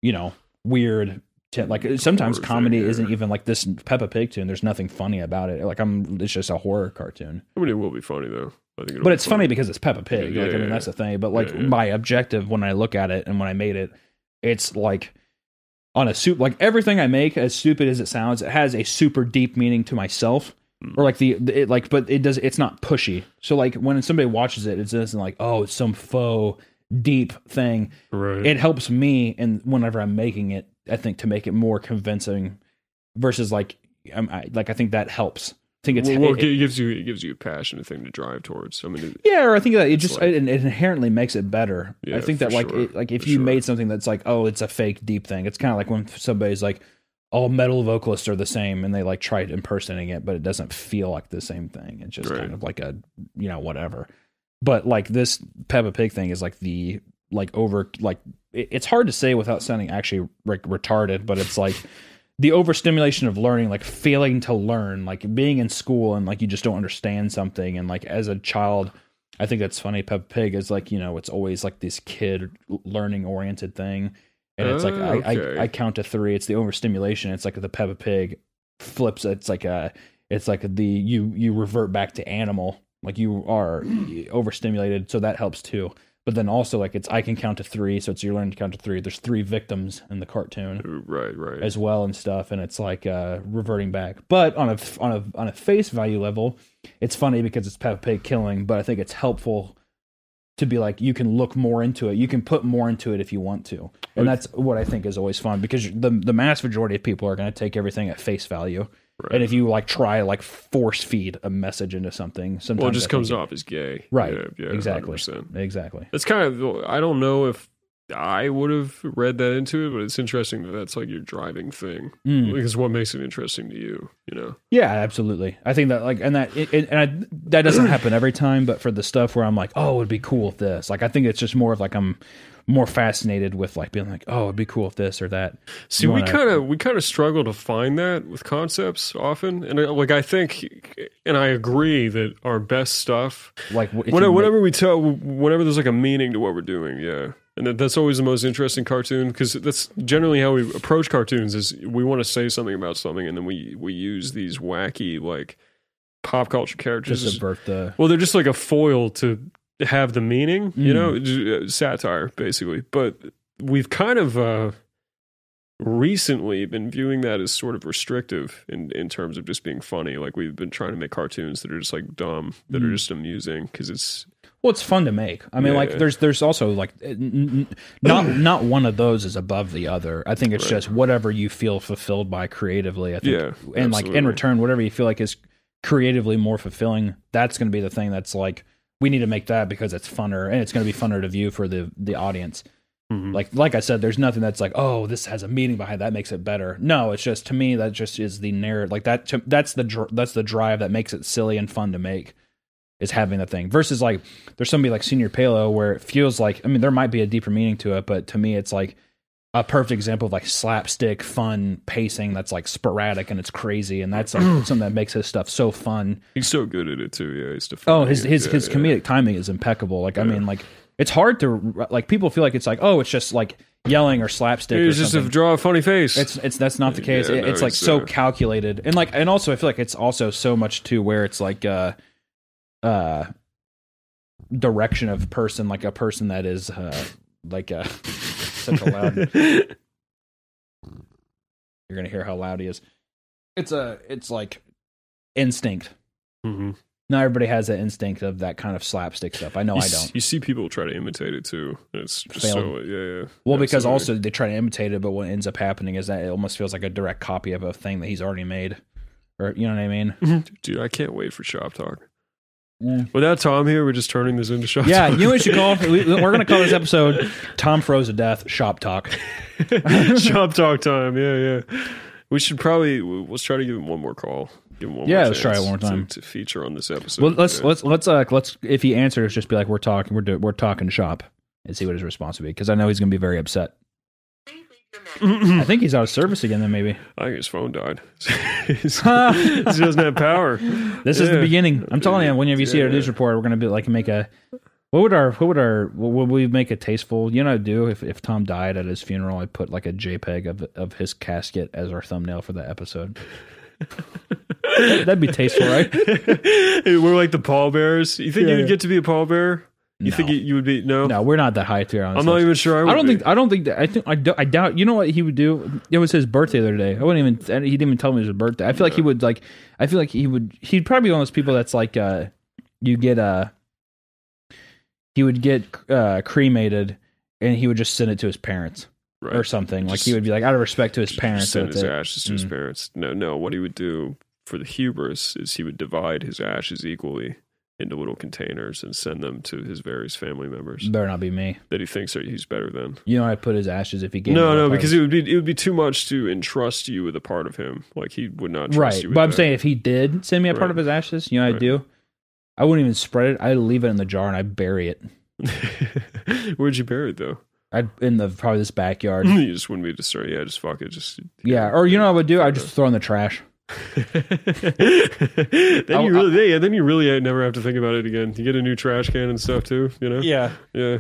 A: you know weird t- like sometimes
B: Horror
A: comedy
B: thing, yeah.
A: isn't even like this Peppa Pig tune there's nothing funny about it. Like I'm it's just a horror cartoon.
B: I mean, it will be funny though. I think. It'll
A: But
B: be
A: it's funny because it's Peppa Pig.
B: Yeah,
A: like I
B: yeah,
A: mean,
B: yeah.
A: that's the thing. But like
B: Yeah, yeah.
A: my objective when I look at it and when I made it, it's like on a soup. Like everything I make, as stupid as it sounds, it has a super deep meaning to myself.
B: Hmm.
A: Or like the, the- it like, but it does. It's not pushy. So like when somebody watches it, it's just like, oh, it's some faux deep thing.
B: Right.
A: It helps me, and whenever I'm making it, I think to make it more convincing, versus like, I'm, I like I think that helps. I think it's
B: well, well,
A: it-
B: it gives you it gives you a passionate thing to drive towards. I mean, it,
A: yeah, or I think that it just
B: like-
A: it, it inherently makes it better.
B: Yeah,
A: I think that
B: for
A: like
B: sure,
A: it, like if
B: for
A: you
B: sure.
A: made something that's like oh it's a fake deep thing, it's kind of like when somebody's like all metal vocalists are the same and they like try impersonating it, but it doesn't feel like the same thing. It's just
B: Right.
A: kind of like a you know whatever. But like this Peppa Pig thing is like the like over like it, it's hard to say without sounding actually like retarded, but it's like. The overstimulation of learning, like failing to learn, like being in school and like you just don't understand something, and like as a child, I think that's funny. Peppa Pig is like you know it's always like this kid learning oriented thing, and it's like
B: Oh,
A: I,
B: okay.
A: I I count to three. It's the overstimulation. It's like the Peppa Pig flips. It's like a it's like the you you revert back to animal. Like you are overstimulated, so that helps too. But then also like it's I can count to three, so it's you're learning to count to three. There's three victims in the cartoon
B: right, right.
A: as well and stuff and it's like uh reverting back but on a on a on a face value level it's funny because it's Peppa Pig killing but I think it's helpful to be like you can look more into it you can put more into it if you want to and that's what I think is always fun because the the mass majority of people are going to take everything at face value
B: right.
A: and if you like try like force feed a message into something sometimes
B: well, it
A: I
B: just
A: think
B: comes
A: it-
B: off as gay.
A: Right,
B: Yeah, yeah,
A: exactly
B: 100%.
A: exactly
B: That's kind of. I don't know if I would have read that into it, but it's interesting that that's like your driving thing
A: Mm.
B: because what makes it interesting to you, you know?
A: Yeah, absolutely. I think that like and that it, it- and I, that
B: [clears throat]
A: doesn't happen every time, but for the stuff where I'm like, oh, it'd be cool if this. Like I think it's just more of like I'm more fascinated with like being like, oh, it'd be cool if this or that.
B: See,
A: You
B: we
A: wanna-
B: kind of we kind of struggle to find that with concepts often, and uh, like I think, and I agree that our best stuff,
A: Like if you
B: whenever,
A: make-
B: whenever we tell, whenever there's like a meaning to what we're doing, yeah. And that, that's always the most interesting cartoon because that's generally how we approach cartoons is we want to say something about something and then we we use these wacky like pop culture characters
A: just subvert the
B: Well, they're just like a foil to have the meaning, you
A: Mm.
B: know, j- uh, satire basically. But we've kind of uh, recently been viewing that as sort of restrictive in in terms of just being funny. Like we've been trying to make cartoons that are just like dumb, that are
A: Mm.
B: just amusing because it's
A: Well, it's fun to make. I mean, like
B: Yeah.
A: there's there's also like n- n-
B: [clears throat]
A: not not one of those is above the other. I think it's
B: Right.
A: just whatever you feel fulfilled by creatively. I think,
B: Yeah,
A: and like in
B: absolutely.
A: return, whatever you feel like is creatively more fulfilling, that's going to be the thing that's like we need to make that because it's funner and it's going to be funner to view for the the audience.
B: Mhm.
A: Like like I said, there's nothing that's like oh this has a meaning behind that makes it better. No, it's just to me that just is the narrative. Like that to, that's the dr- that's the drive that makes it silly and fun to make is having the thing versus like there's somebody like senior palo where it feels like i mean there might be a deeper meaning to it but to me it's like a perfect example of like slapstick fun pacing that's like sporadic and it's crazy and
B: [clears throat]
A: that's like something that makes his stuff so fun
B: He's so good at it too. Yeah, he's
A: oh
B: definitely
A: his his
B: yeah,
A: his
B: yeah.
A: comedic timing is impeccable like i mean like it's hard to like people feel like it's like oh it's just like yelling or slapstick or
B: He's just
A: something.
B: a draw a funny face.
A: It's it's that's not the case.
B: Yeah,
A: It-
B: no,
A: it's like
B: it's,
A: so
B: uh,
A: calculated and like and also I feel like it's also so much to where it's like uh uh direction of person like a person that is uh like uh [laughs] such a
B: [laughs]
A: loud Mm-hmm. you're gonna hear how loud he is. It's a it's like instinct.
B: Mhm.
A: Not everybody has that instinct of that kind of slapstick stuff. I know
B: you,
A: I
B: s-
A: [laughs] don't.
B: you see people try to imitate it too. and It's just so
A: Failed.
B: yeah. yeah
A: Well, because
B: absolutely.
A: also they try to imitate it, but what ends up happening is that it almost feels like a direct copy of a thing that he's already made, or you know what I mean?
B: Dude, I can't wait for Shop Talk. Without Tom here, we're just turning this into Shop
A: Yeah,
B: Talk.
A: you know what we should call?
B: [laughs]
A: We, we're going to call this episode "Tom Froze to Death Shop Talk." [laughs]
B: Shop Talk time. Yeah, yeah. We should probably we- let's try to give him one more call. Give him one
A: Yeah,
B: more
A: let's try it
B: chance
A: one more
B: to-
A: time.
B: to, feature on this episode.
A: Well, let's
B: Yeah.
A: let's let's uh let's if he answers, just be like, "We're talking, we're do, we're talking shop," and see what his response would be because I know he's going to be very upset. [clears throat] I think he's out of service again. Then maybe
B: I think his phone died. [laughs]
A: [laughs]
B: He's- he doesn't have power.
A: this is the
B: Yeah.
A: beginning. I'm telling you, whenever you see our
B: Yeah.
A: news report, we're going to be like make a. What would our what would our what would we make a tasteful? You know, what I'd do if if Tom died at his funeral, I put like a JPEG of of his casket as our thumbnail for that episode. [laughs] That'd be tasteful, right?
B: Hey, [laughs] We're like the pallbearers. You think
A: Yeah,
B: you'd
A: yeah.
B: get to be a pallbearer? You
A: No.
B: think you, you would be? No,
A: No, we're not that high tier. Honestly.
B: I'm not even sure. I, would
A: I don't
B: be.
A: think. I don't think. That, I think. I, do, I doubt. You know what he would do? It was his birthday the other day. I wouldn't even. He didn't even tell me it was his birthday. I feel like he would like. I feel like he would. He'd probably be one of those people that's like. uh You get uh He would get uh cremated, and he would just send it to his parents
B: Right.
A: or something. like
B: Just-
A: he would be like, out of respect to his parents.
B: Just send
A: That's
B: his
A: it.
B: ashes to his
A: Mm.
B: parents. No, no. What he would do for the hubris is he would divide his ashes equally into little containers and send them to his various family members
A: Better not be me.
B: that he thinks are he's better than.
A: You know, I would put his ashes if he gave.
B: no,
A: me
B: no,
A: if I
B: because
A: was-
B: it would be it would be too much to entrust you with a part of him. Like he would not trust
A: right.
B: you. with
A: But I'm
B: that.
A: saying if he did send me a part
B: Right.
A: of his ashes, you know, what
B: Right.
A: I do. I wouldn't even spread it. I leave it in the jar and I bury it.
B: [laughs] Where'd you bury it though?
A: I'd in the probably this backyard.
B: [laughs] you just wouldn't be disturbed. Yeah, just fuck it. Just
A: Yeah, or you know what I would do? I would just throw in the trash.
B: [laughs] then
A: I'll-
B: you really, yeah, then you really never have to think about it again. You get a new trash can and stuff too. You know.
A: Yeah.
B: Yeah.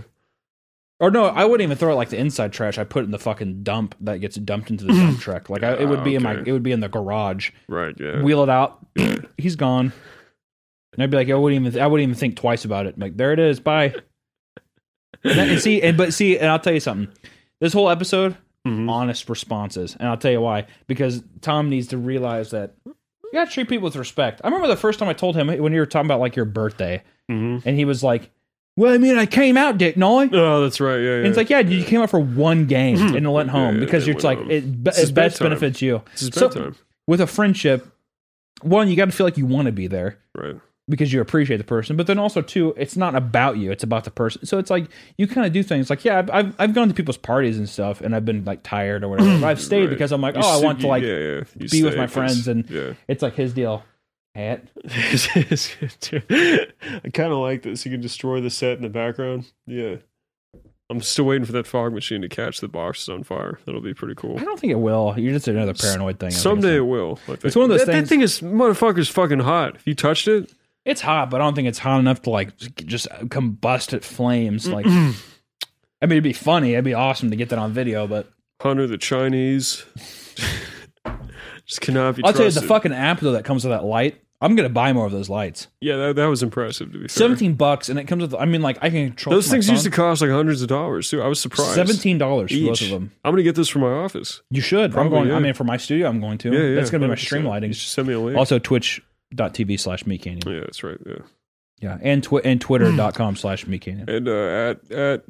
A: Or no, I wouldn't even throw it like the inside trash. I put it in the fucking dump that gets dumped into the dump truck. Like I, it would be in my,
B: Okay.
A: it would be in the garage.
B: Right. Yeah.
A: Wheel it out. [clears throat] He's gone. And I'd be like, I wouldn't even, I wouldn't even think twice about it. like there it is. Bye. And, that- and see, and but see, and I'll tell you something. This whole episode,
B: Mhm.
A: honest responses, and I'll tell you why. Because Tom needs to realize that you got to treat people with respect. I remember the first time I told him when you were talking about like your birthday.
B: hmm
A: And he was like, Well, I mean, I came out, didn't I? And
B: Oh, that's right. Yeah. yeah.
A: it's like, Yeah, dude, you came out for one game and went home
B: Yeah,
A: because
B: they
A: you're it's like,
B: went home.
A: it, be-
B: This is
A: it best
B: bedtime.
A: benefits you.
B: This is
A: So-
B: bedtime.
A: With a friendship, one, you got to feel like you want to be there
B: right.
A: because you appreciate the person. But then also, two, it's not about you, it's about the person. So it's like, you kind of do things like, Yeah, I've, I've, I've gone to people's parties and stuff and I've been like tired or whatever.
B: [clears throat]
A: but I've stayed
B: Right.
A: because I'm like,
B: You
A: Oh, I
B: sit-
A: want to
B: you-
A: like,
B: yeah, yeah. You
A: be
B: stay
A: with my
B: 'cause-
A: friends and-
B: yeah.
A: it's like his deal. Hat.
B: [laughs] I kind of like this. You can destroy the set in the background. Yeah. I'm still waiting for that fog machine to catch the boxes on fire. That'll be pretty cool.
A: I don't think it will. You're just another paranoid thing. I think
B: Someday it
A: it's-
B: will. I think.
A: It's one of those
B: that,
A: things-
B: That thing is motherfucker's fucking hot. If you touched it,
A: It's hot, but I don't think it's hot enough to like just combust at flames. Like, I mean, it'd be funny. It'd be awesome to get that on video, but
B: Hunter the Chinese [laughs] just cannot be
A: I'll tell you
B: trusted.
A: the fucking app though that comes with that light. I'm gonna buy more of those lights.
B: yeah, that, that was impressive to be fair.
A: Seventeen bucks, and it comes with. I mean, like I can control
B: Those things used to cost like hundreds of dollars too. I was surprised.
A: seventeen dollars for both
B: Each.
A: of them.
B: I'm gonna get this for my office.
A: You should.
B: Probably,
A: I'm going. I
B: yeah.
A: mean, for my studio, I'm going to.
B: Yeah, yeah.
A: That's gonna be my
B: 100%. You
A: streamlighting.
B: should Send me a link.
A: Also, Twitch.tv slash meat canyon.
B: Yeah, that's right. Yeah.
A: Yeah, and twi- and
B: [clears throat]
A: twitter.com slash me Cannon.
B: And uh, at at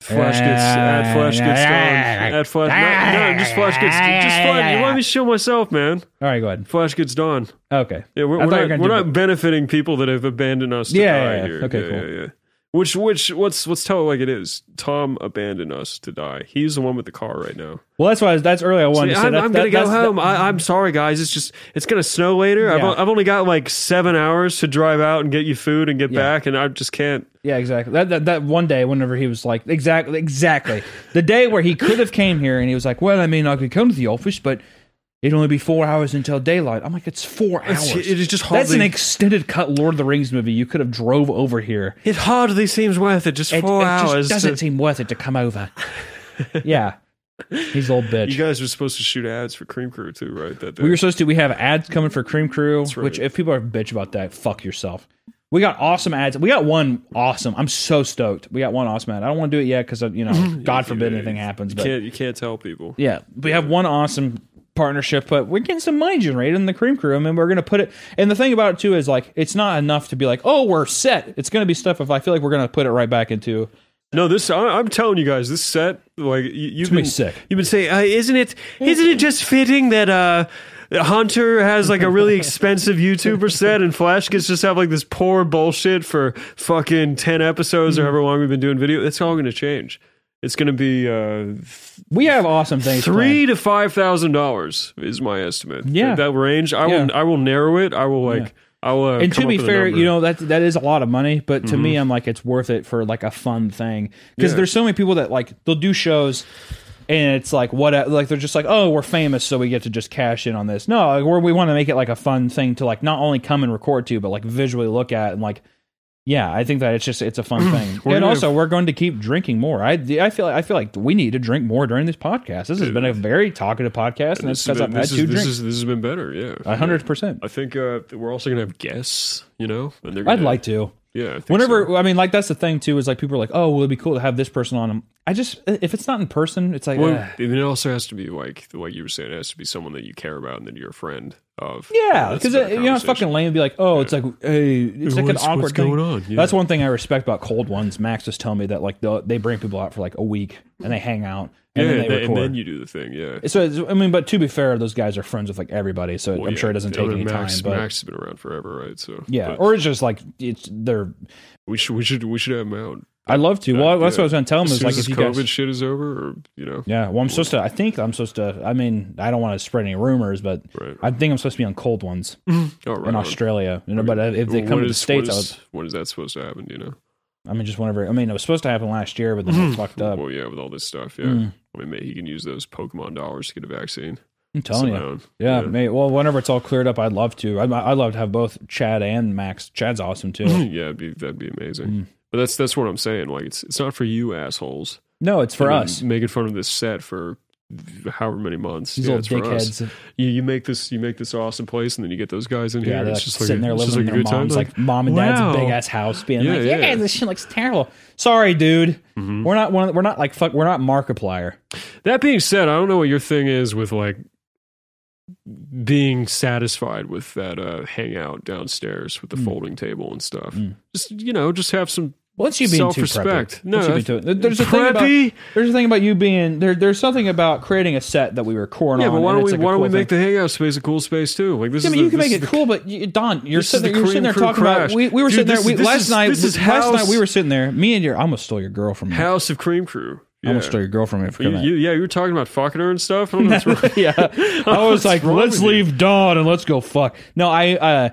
B: Flash gets at Flash gets Dawn. At Flash no, no, just Flash gets just Flash. Let me show myself, man.
A: All right, go ahead.
B: Flash gets Dawn.
A: Okay.
B: Yeah, we're,
A: I
B: we're
A: thought you were
B: not
A: gonna
B: we're
A: do
B: not benefiting people that have abandoned us. To
A: Yeah,
B: die
A: yeah, yeah.
B: Here.
A: Okay,
B: yeah,
A: cool.
B: yeah, yeah. Which which let's let's tell it like it is. Tom abandoned us to die. He's the one with the car right now.
A: Well, that's why that's early. I wanted
B: See,
A: to say
B: I'm,
A: that,
B: I'm
A: that-
B: gonna go
A: that's-
B: home. I, I'm sorry, guys. It's just it's gonna snow later. I've,
A: Yeah.
B: o- I've only got like seven hours to drive out and get you food and get
A: Yeah.
B: back, and I just can't.
A: Yeah, exactly. That, that that one day, whenever he was like, exactly, exactly, the day where he could have came here, and he was like, "Well, I mean, I could come to the office, but it'd only be four hours until daylight." I'm like, "It's four hours.
B: It's, it is just hardly.
A: That's an extended cut Lord of the Rings movie. You could have drove over here.
B: it hardly seems worth it. Just
A: It,
B: four
A: it
B: hours.
A: just doesn't
B: to-
A: seem worth it to come over." [laughs] yeah, he's an old bitch.
B: you guys were supposed to shoot ads for Cream Crew too, right? That
A: We were supposed to. We have ads coming for Cream Crew,
B: right.
A: which if people are bitch about that, fuck yourself. We got awesome ads. We got one awesome. I'm so stoked. We got one awesome ad. I don't want to do it yet because you [laughs] know, God forbid anything happens.
B: you
A: But
B: can't you can't tell people.
A: yeah, we have one awesome partnership, but we're getting some money generated in the Cream Crew. I mean, we're going to put it. And the thing about it too is like, it's not enough to be like, oh, we're set. It's going to be stuff. If I feel like we're going to put it right back into
B: No, this I, I'm telling you guys, this set like you, you've
A: gonna
B: been
A: be sick.
B: You've been saying, uh, isn't it? Isn't it just fitting that uh, Hunter has like a really expensive YouTuber set, and Flash gets just have like this poor bullshit for fucking ten episodes or
A: Mm-hmm.
B: however long we've been doing video. It's all going to change. It's going to be uh,
A: we have awesome things.
B: three to five thousand dollars is my estimate.
A: Yeah.
B: that, that range. I will.
A: Yeah.
B: I will narrow it. I will like. I will. Uh,
A: and
B: come
A: to
B: up
A: be
B: with a
A: fair,
B: number. Mm-hmm.
A: you know that that is a lot of money, but to me, I'm like it's worth it for like a fun thing because
B: Yeah.
A: there's so many people that like they'll do shows and it's like what like they're just like oh we're famous so we get to just cash in on this. No, like, we're, we want to make it like a fun thing to like not only come and record to but like visually look at and like yeah, I think that it's just it's a
B: [clears throat]
A: fun thing.
B: We're
A: and
B: gonna-
A: also we're going to keep drinking more. I I feel I feel like we need to drink more during this podcast. This has been a very talkative podcast, and it's
B: this, has
A: because I've
B: been,
A: had
B: this, is,
A: two
B: this,
A: drinks.
B: is, this has been better. Yeah,
A: A hundred percent.
B: I think uh, we're also gonna have guests, you know. And they're
A: I'd
B: gonna,
A: like to.
B: yeah. I think
A: Whenever
B: so.
A: I mean, like that's the thing too is like people are like, oh, well, it'd be cool to have this person on. 'em." I just if it's not in person, it's like
B: well,
A: eh.
B: I mean, it also has to be like the way you were saying, it has to be someone that you care about and that you're a friend of.
A: yeah,
B: that's
A: because
B: a better
A: you know, it's
B: conversation.
A: fucking lame to be like, oh, it's like hey, it's like an
B: what's- what's
A: awkward thing.
B: going on? Yeah.
A: That's one thing I respect about cold ones. Max was telling me that like they'll- they bring people out for like a week and they hang out and
B: Yeah,
A: then they
B: and,
A: record.
B: then you do the thing. Yeah,
A: so it's, I mean, but to be fair, those guys are friends with like everybody, so I'm
B: Yeah.
A: sure it doesn't
B: I
A: take
B: mean,
A: any
B: Max,
A: time. But
B: Max has been around forever, right? So
A: yeah,
B: but
A: or it's just like it's they're.
B: we should we should we should have him out
A: I love to. Well, that's what I was going to tell him
B: as
A: is
B: soon
A: like
B: as
A: if
B: this
A: you
B: COVID
A: guys
B: shit is over, or you know,
A: Yeah, well, I'm supposed to. I think I'm supposed to. I mean, I don't want to spread any rumors, but
B: Right.
A: I think I'm supposed to be on cold ones
B: all [laughs] right.
A: in Australia. You know, but if they come to the states, I, would,
B: when is that supposed to happen? do You know,
A: I mean, just whenever. I mean, it was supposed to happen last year, but then
B: Mm-hmm.
A: it fucked up.
B: well, yeah, with all this stuff, yeah.
A: Mm.
B: I mean, maybe he can use those Pokemon dollars to get a vaccine.
A: I'm telling you.
B: somehow.
A: Yeah, may- well, whenever it's all cleared up, I'd love to. I'd, I'd love to have both Chad and Max. Chad's awesome too.
B: [clears throat] yeah, it'd be, that'd be amazing.
A: Mm.
B: But that's that's what I'm saying. Like, it's it's not for you assholes.
A: no, it's for
B: I mean,
A: us.
B: making fun of this set for however many months.
A: These
B: yeah, it's
A: little
B: for us.
A: dickheads. uh,
B: You, you make this you make this awesome place, and then you get those guys in
A: Yeah,
B: here.
A: they're
B: It's
A: like
B: just
A: sitting there
B: it's just
A: living in
B: a
A: their
B: good time.
A: mom's like mom and dad's
B: wow.
A: big ass house, being
B: Yeah, Mm-hmm.
A: like, yeah,
B: yeah.
A: this shit looks terrible. Sorry, dude. We're not one. of the- We're not like fuck. We're not Markiplier.
B: That being said, I don't know what your thing is with like being satisfied with that uh, hangout downstairs with the
A: Mm.
B: folding table and stuff. Just you know, just have some
A: Once you being too
B: Self-respect.
A: preppy.
B: No,
A: Once you being
B: that's-
A: too- there's a thing
B: Preppy?
A: about there's a thing about you being there. There's something about creating a set that we were corn
B: yeah.
A: on.
B: But why
A: and
B: don't
A: it's
B: we
A: like a
B: why don't we
A: cool
B: make the hangout space a cool space too? Like this
A: thing. I mean,
B: is the,
A: you can
B: this
A: make
B: is
A: it
B: the
A: cool, but you, Don, you're
B: This
A: sitting there.
B: is the
A: You're sitting there
B: Korean
A: talking
B: crew
A: about.
B: crash.
A: We, we were
B: Dude,
A: sitting there.
B: this
A: we,
B: is- this
A: last
B: is-
A: night,
B: this is
A: last night we
B: house-
A: were sitting there. Me and your, I almost stole your girl from me. I
B: House of Cream Crew. Yeah.
A: almost stole your girl from me. For
B: You-
A: that.
B: you- yeah, you were talking about fucking her and stuff. I don't know
A: [laughs]
B: what's wrong.
A: yeah, I was
B: What's
A: like,
B: wrong
A: let's
B: with you?
A: leave Don and let's go fuck. No, I uh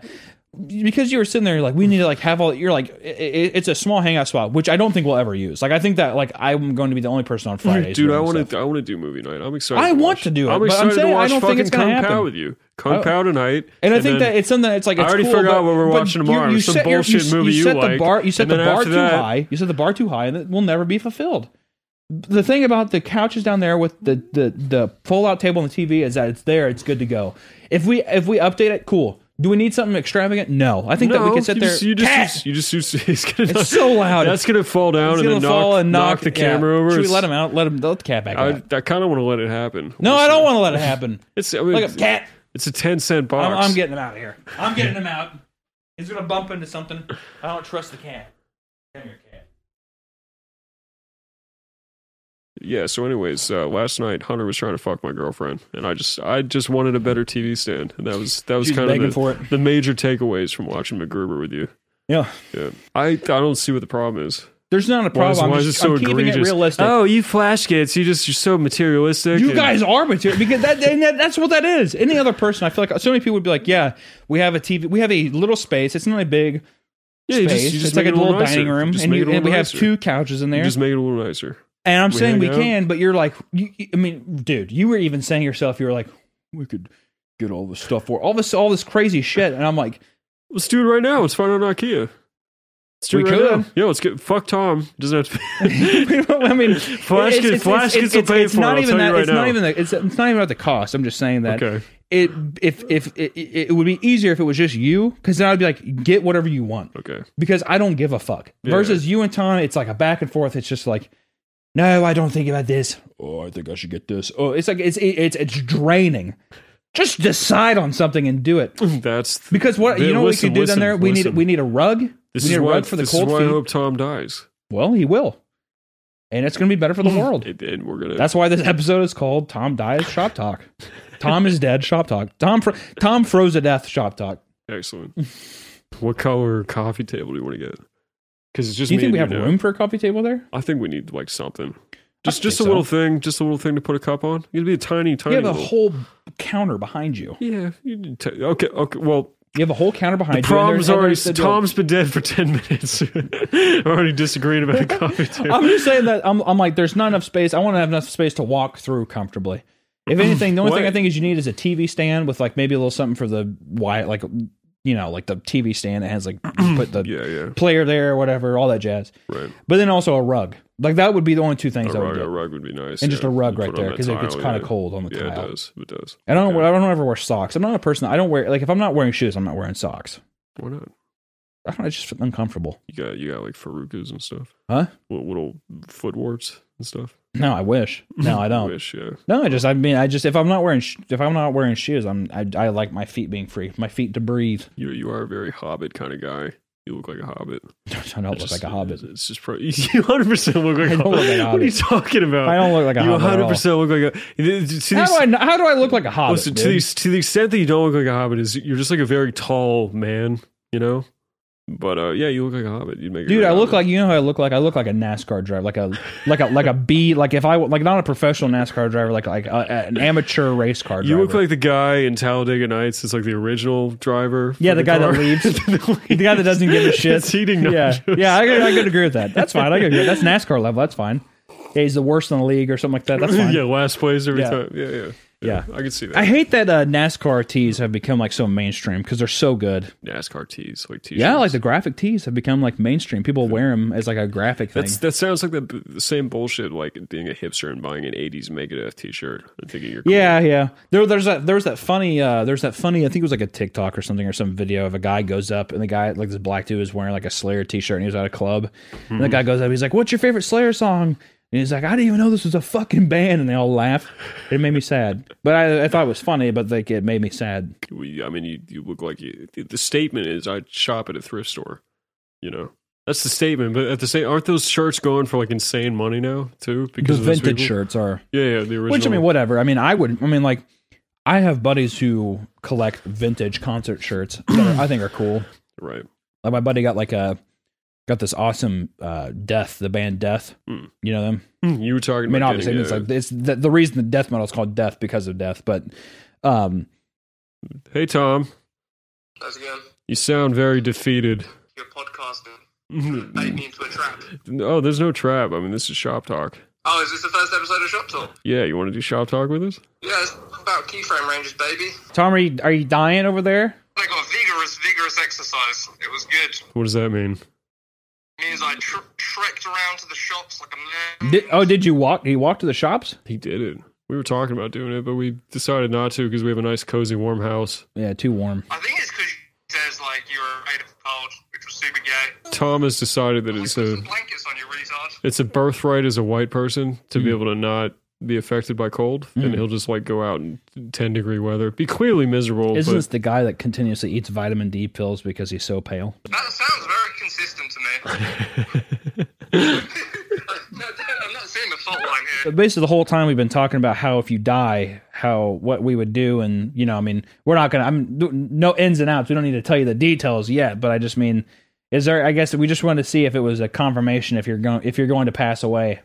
A: because you were sitting there you're like we need to like have all you're like i i it's a small hangout spot which I don't think we'll ever use. Like I think that like I'm going to be the only person on Fridays.
B: Dude,
A: doing
B: I
A: this
B: want
A: stuff.
B: to. I want to do movie night. I'm excited.
A: I
B: to
A: want
B: watch-
A: to do it,
B: I'm
A: but I'm
B: excited
A: saying
B: to
A: I
B: watch
A: don't think
B: fucking
A: it's gonna
B: Kung
A: happen. Oh.
B: Pao with you. Kung Pao tonight.
A: And I think
B: then-
A: that it's something that's like
B: I
A: it's
B: already
A: cool,
B: forgot
A: but-
B: what we're
A: but
B: watching
A: you-
B: tomorrow.
A: You,
B: Some
A: set your-
B: bullshit
A: you,
B: movie
A: you
B: you
A: set the
B: like.
A: bar. You set
B: And
A: the
B: then
A: bar
B: after
A: too
B: that-
A: high. You set the bar too high, and it will never be fulfilled. The thing about the couches down there with the the the fold out table and the TV is that it's there. It's good to go. If we if we update it, cool. Do we need something extravagant? No. I think that we can sit
B: you
A: there.
B: Just, you just,
A: Cat!
B: you just, you just- [laughs] he's gonna knock-
A: so loud.
B: That's gonna fall down
A: It's
B: and
A: gonna
B: then
A: fall
B: knock,
A: and
B: knock, the
A: yeah.
B: camera over.
A: Should we
B: It's-
A: let him out? Let him. Let the cat back out.
B: I, I kind of want to let it happen.
A: No, I don't want to let it happen.
B: It's I mean,
A: Look, cat.
B: It's a ten cent box.
A: I'm, I'm getting him out of here. I'm getting him out. He's gonna bump into something. I don't trust the cat. Come here, cat.
B: Yeah. So, anyways, uh, last night Hunter was trying to fuck my girlfriend, and I just, I just wanted a better TV stand, and that was, that was
A: She's
B: kind
A: begging
B: of the,
A: for it.
B: the major takeaways from watching MacGruber with you.
A: Yeah.
B: Yeah. I, I don't see what the problem is.
A: There's not a
B: Why is,
A: problem.
B: why
A: I'm,
B: is
A: just,
B: it so
A: I'm keeping
B: egregious?
A: it realistic.
B: Oh, you flash kids, you just, you're so materialistic.
A: You
B: and-
A: guys are material because that, and that that's what that is. Any other person, I feel like so many people would be like, "Yeah, we have a TV, we have a little space. It's not a big
B: yeah, you
A: space.
B: just, you just
A: it's like a
B: make it
A: little
B: nicer.
A: dining room,
B: Just
A: and,
B: make
A: you,
B: it a
A: and we
B: little
A: have
B: nicer.
A: two couches in
B: You
A: there."
B: Just make it a little nicer.
A: and I'm
B: we
A: saying
B: hang
A: we
B: out.
A: can, but you're like, you, you- I mean, dude, you were even saying yourself, you were like, "We could get all this stuff for all this all this crazy shit," and I'm like,
B: Let's do it right now. Let's find out on IKEA. Let's do
A: We
B: it right
A: could.
B: now. Yeah, let's get fuck Tom. Doesn't have to.
A: You know what [laughs] I mean,
B: Flash
A: it's-
B: kids-
A: it's-
B: flash
A: it's-
B: kids will
A: it's-
B: pay
A: it's
B: for it,
A: not
B: I'll
A: even
B: tell you
A: that.
B: right
A: It's not
B: now.
A: even that. It's, it's not even about the cost. I'm just saying that.
B: okay.
A: it if if it, it it would be easier if it was just you because then i'd be like get whatever you want
B: [laughs] Okay.
A: because i don't give a fuck
B: Yeah.
A: versus you and tom it's like a back and forth it's just like no i don't think about this oh i think i should get this oh it's like it's it, it's it's draining just decide on something and do it
B: That's th-
A: because what
B: Yeah,
A: you know
B: listen,
A: what we could do down
B: listen,
A: there we need
B: listen.
A: we need a rug
B: this
A: we need
B: is
A: a
B: why.
A: rug for the
B: this is
A: cold
B: why I
A: feet
B: hope Tom dies,
A: well he will and it's gonna be better for the
B: [laughs]
A: world
B: and, and we're gonna.
A: that's why this episode is called Tom Dies Shop Talk. Tom is dead Shop Talk. Tom fro- Tom froze to death Shop Talk.
B: excellent. what color coffee table do you want to get? Because it's just.
A: Do you
B: me
A: think
B: and
A: we have
B: now.
A: room for a coffee table there?
B: I think we need like something. Just
A: think
B: just a
A: so.
B: little thing. Just a little thing to put a cup on. It'd be a tiny,
A: You
B: tiny.
A: have a
B: little-
A: whole counter behind you.
B: Yeah. you need to- okay. Okay. Well,
A: You have a whole counter behind you. and
B: problems
A: there's- and
B: already.
A: there's the door.
B: Tom's been dead for [laughs] ten minutes. We're already disagreeing
A: [laughs]
B: about a coffee table.
A: I'm just saying that I'm, I'm like, there's not enough space. I want to have enough space to walk through comfortably.
B: [clears throat]
A: If anything, the only thing
B: What?
A: I think is you need is a TV stand with like maybe a little something for the why, like you know, like the TV stand that has like you put the
B: [clears throat] yeah. Yeah.
A: player there or whatever, all that jazz.
B: Right.
A: But then also a rug. Like that would be the only two things
B: A
A: I
B: rug,
A: would
B: a
A: do.
B: rug would be nice.
A: And just
B: yeah.
A: a rug
B: You
A: right
B: put on
A: there
B: that
A: because it gets
B: tile,
A: kind of
B: yeah.
A: cold on the
B: Yeah,
A: tile.
B: it does. It does.
A: I don't.
B: Yeah.
A: I don't ever wear socks. I'm not a person. I don't wear like if I'm not wearing shoes, I'm not wearing socks.
B: Why not?
A: I don't. I just feel uncomfortable.
B: You got you got like Farukas and stuff.
A: Huh?
B: Little, little foot warps and stuff.
A: No, I wish. No, I don't.
B: [laughs] Wish, yeah.
A: No, I just. I mean, I just. If I'm not wearing, sh- if I'm not wearing shoes, I'm. I, I like my feet being free. My feet to breathe. [laughs]
B: You you are a very hobbit kind of guy. You look like a hobbit.
A: I don't look
B: It's
A: like
B: just-
A: a hobbit.
B: It's just pro- [laughs] you 100 percent look like
A: I
B: a
A: don't
B: hobbit.
A: look like a
B: What are you
A: hobbit.
B: talking about?
A: I don't look like a
B: you
A: hobbit. at all.
B: 100% look like a. See,
A: How
B: these-
A: do
B: [laughs]
A: I? kn- How do I look like a hobbit?
B: Listen, to
A: dude?
B: the, to the extent that you don't look like a hobbit is you're just like a very tall man, you know. But uh, yeah, you look like a hobbit. You'd make a
A: Dude,
B: great
A: I look
B: hobbit.
A: like you know how I look like. I look like a NASCAR driver, like a like a like a B, like if I w- like not a professional NASCAR driver, like like a, an amateur race car.
B: You
A: driver.
B: look like the guy in Talladega Nights. It's like the original driver.
A: Yeah,
B: for
A: the guy that
B: car.
A: leaves.
B: That
A: the guy that doesn't give
B: [laughs]
A: a shit.
B: It's eating
A: yeah,
B: nachos.
A: yeah, I, could- I could agree with that. That's fine. I could agree. That's NASCAR level. That's fine. Yeah, he's the worst in the league or something like that. That's fine.
B: [laughs] yeah, last place every
A: Yeah.
B: time. Yeah, yeah,
A: Yeah.
B: I can see that.
A: I hate that uh, NASCAR tees have become like so mainstream because they're so good.
B: NASCAR tees, like t-shirts.
A: Yeah, like the graphic tees have become like mainstream. People wear them as like a graphic thing.
B: That's, that sounds like the, the same bullshit, like being a hipster and buying an '80s Megadeth T-shirt and thinking you're cool.
A: Yeah, yeah. There, there's that. There's that funny. Uh, there's that funny. I think it was like a TikTok or something or some video of a guy goes up and the guy like this black dude is wearing like a Slayer T-shirt and he was at a club and the guy goes up. He's like, "What's your favorite Slayer song?" And he's like, "I didn't even know this was a fucking band." And they all laugh. It made me sad, but I, I thought it was funny. But like, it made me sad.
B: We, I mean, you, you look like you. the- The statement is, I shop at a thrift store. You know, that's the statement. But at the same, aren't those shirts going for like insane money now too?
A: The
B: Because of those
A: vintage
B: people?
A: shirts are,
B: Yeah, yeah, the original.
A: which I mean, whatever. I mean, I would. I mean, like, I have buddies who collect vintage concert shirts that are, I think are cool.
B: right?
A: Like my buddy got like a got this awesome uh Death, the band Death.
B: Hmm.
A: You know them?
B: You were
A: I
B: talking.
A: mean,
B: about
A: obviously,
B: getting
A: it's
B: a-
A: like it's the, the reason the death metal is called Death because of Death, but um,
B: hey Tom,
C: How's it going?
B: you sound
A: [laughs]
B: very defeated.
C: Your podcasting. Bait me into a trap.
B: Oh, there's no trap. I mean, this is shop talk.
C: Oh, is this the first episode of Shop Talk?
B: Yeah, you want to do shop talk with us?
C: Yeah, it's about keyframe ranges, baby.
A: Tom, are you, are you dying over there?
C: I got vigorous, vigorous exercise. It was good.
B: What does that mean?
C: means I tr- trekked around to the shops like a man.
A: Did, oh, did you walk? Did you walk to the shops?
B: He did it. We were talking about doing it, but we decided not to because we have a nice, cozy, warm house.
A: Yeah, too warm.
C: I think it's because you says like you were afraid of the cold, which was super gay.
B: Tom has decided that
C: Like,
B: it's
C: put
B: a
C: some blankets on your retard.
B: Hmm. it's a birthright as a white person to be able to not be affected by cold,
A: Mm.
B: and he'll just like go out in ten degree weather, be clearly miserable.
A: Isn't
B: but
A: this the guy that continuously eats vitamin D pills because he's so pale?
C: That sounds very consistent to me. no, I'm not seeing the fault line here.
A: But basically, the whole time we've been talking about how if you die, how what we would do, and you know, I mean, we're not gonna. I'm no ins and outs. We don't need to tell you the details yet. But I just mean, is there? I guess we just wanted to see if it was a confirmation if you're going if you're going to pass away.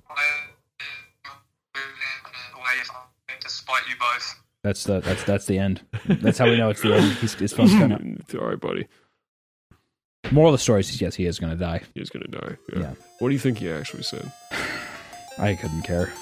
C: Despite you both.
A: That's the that's that's the end. That's how we know it's the end. He's, his phone's going out.
B: Hmm. all right, buddy,
A: Moral of the story is yes, he is going to die.
B: he's gonna die.
A: Yeah.
B: What do you think he actually said?
A: I couldn't care.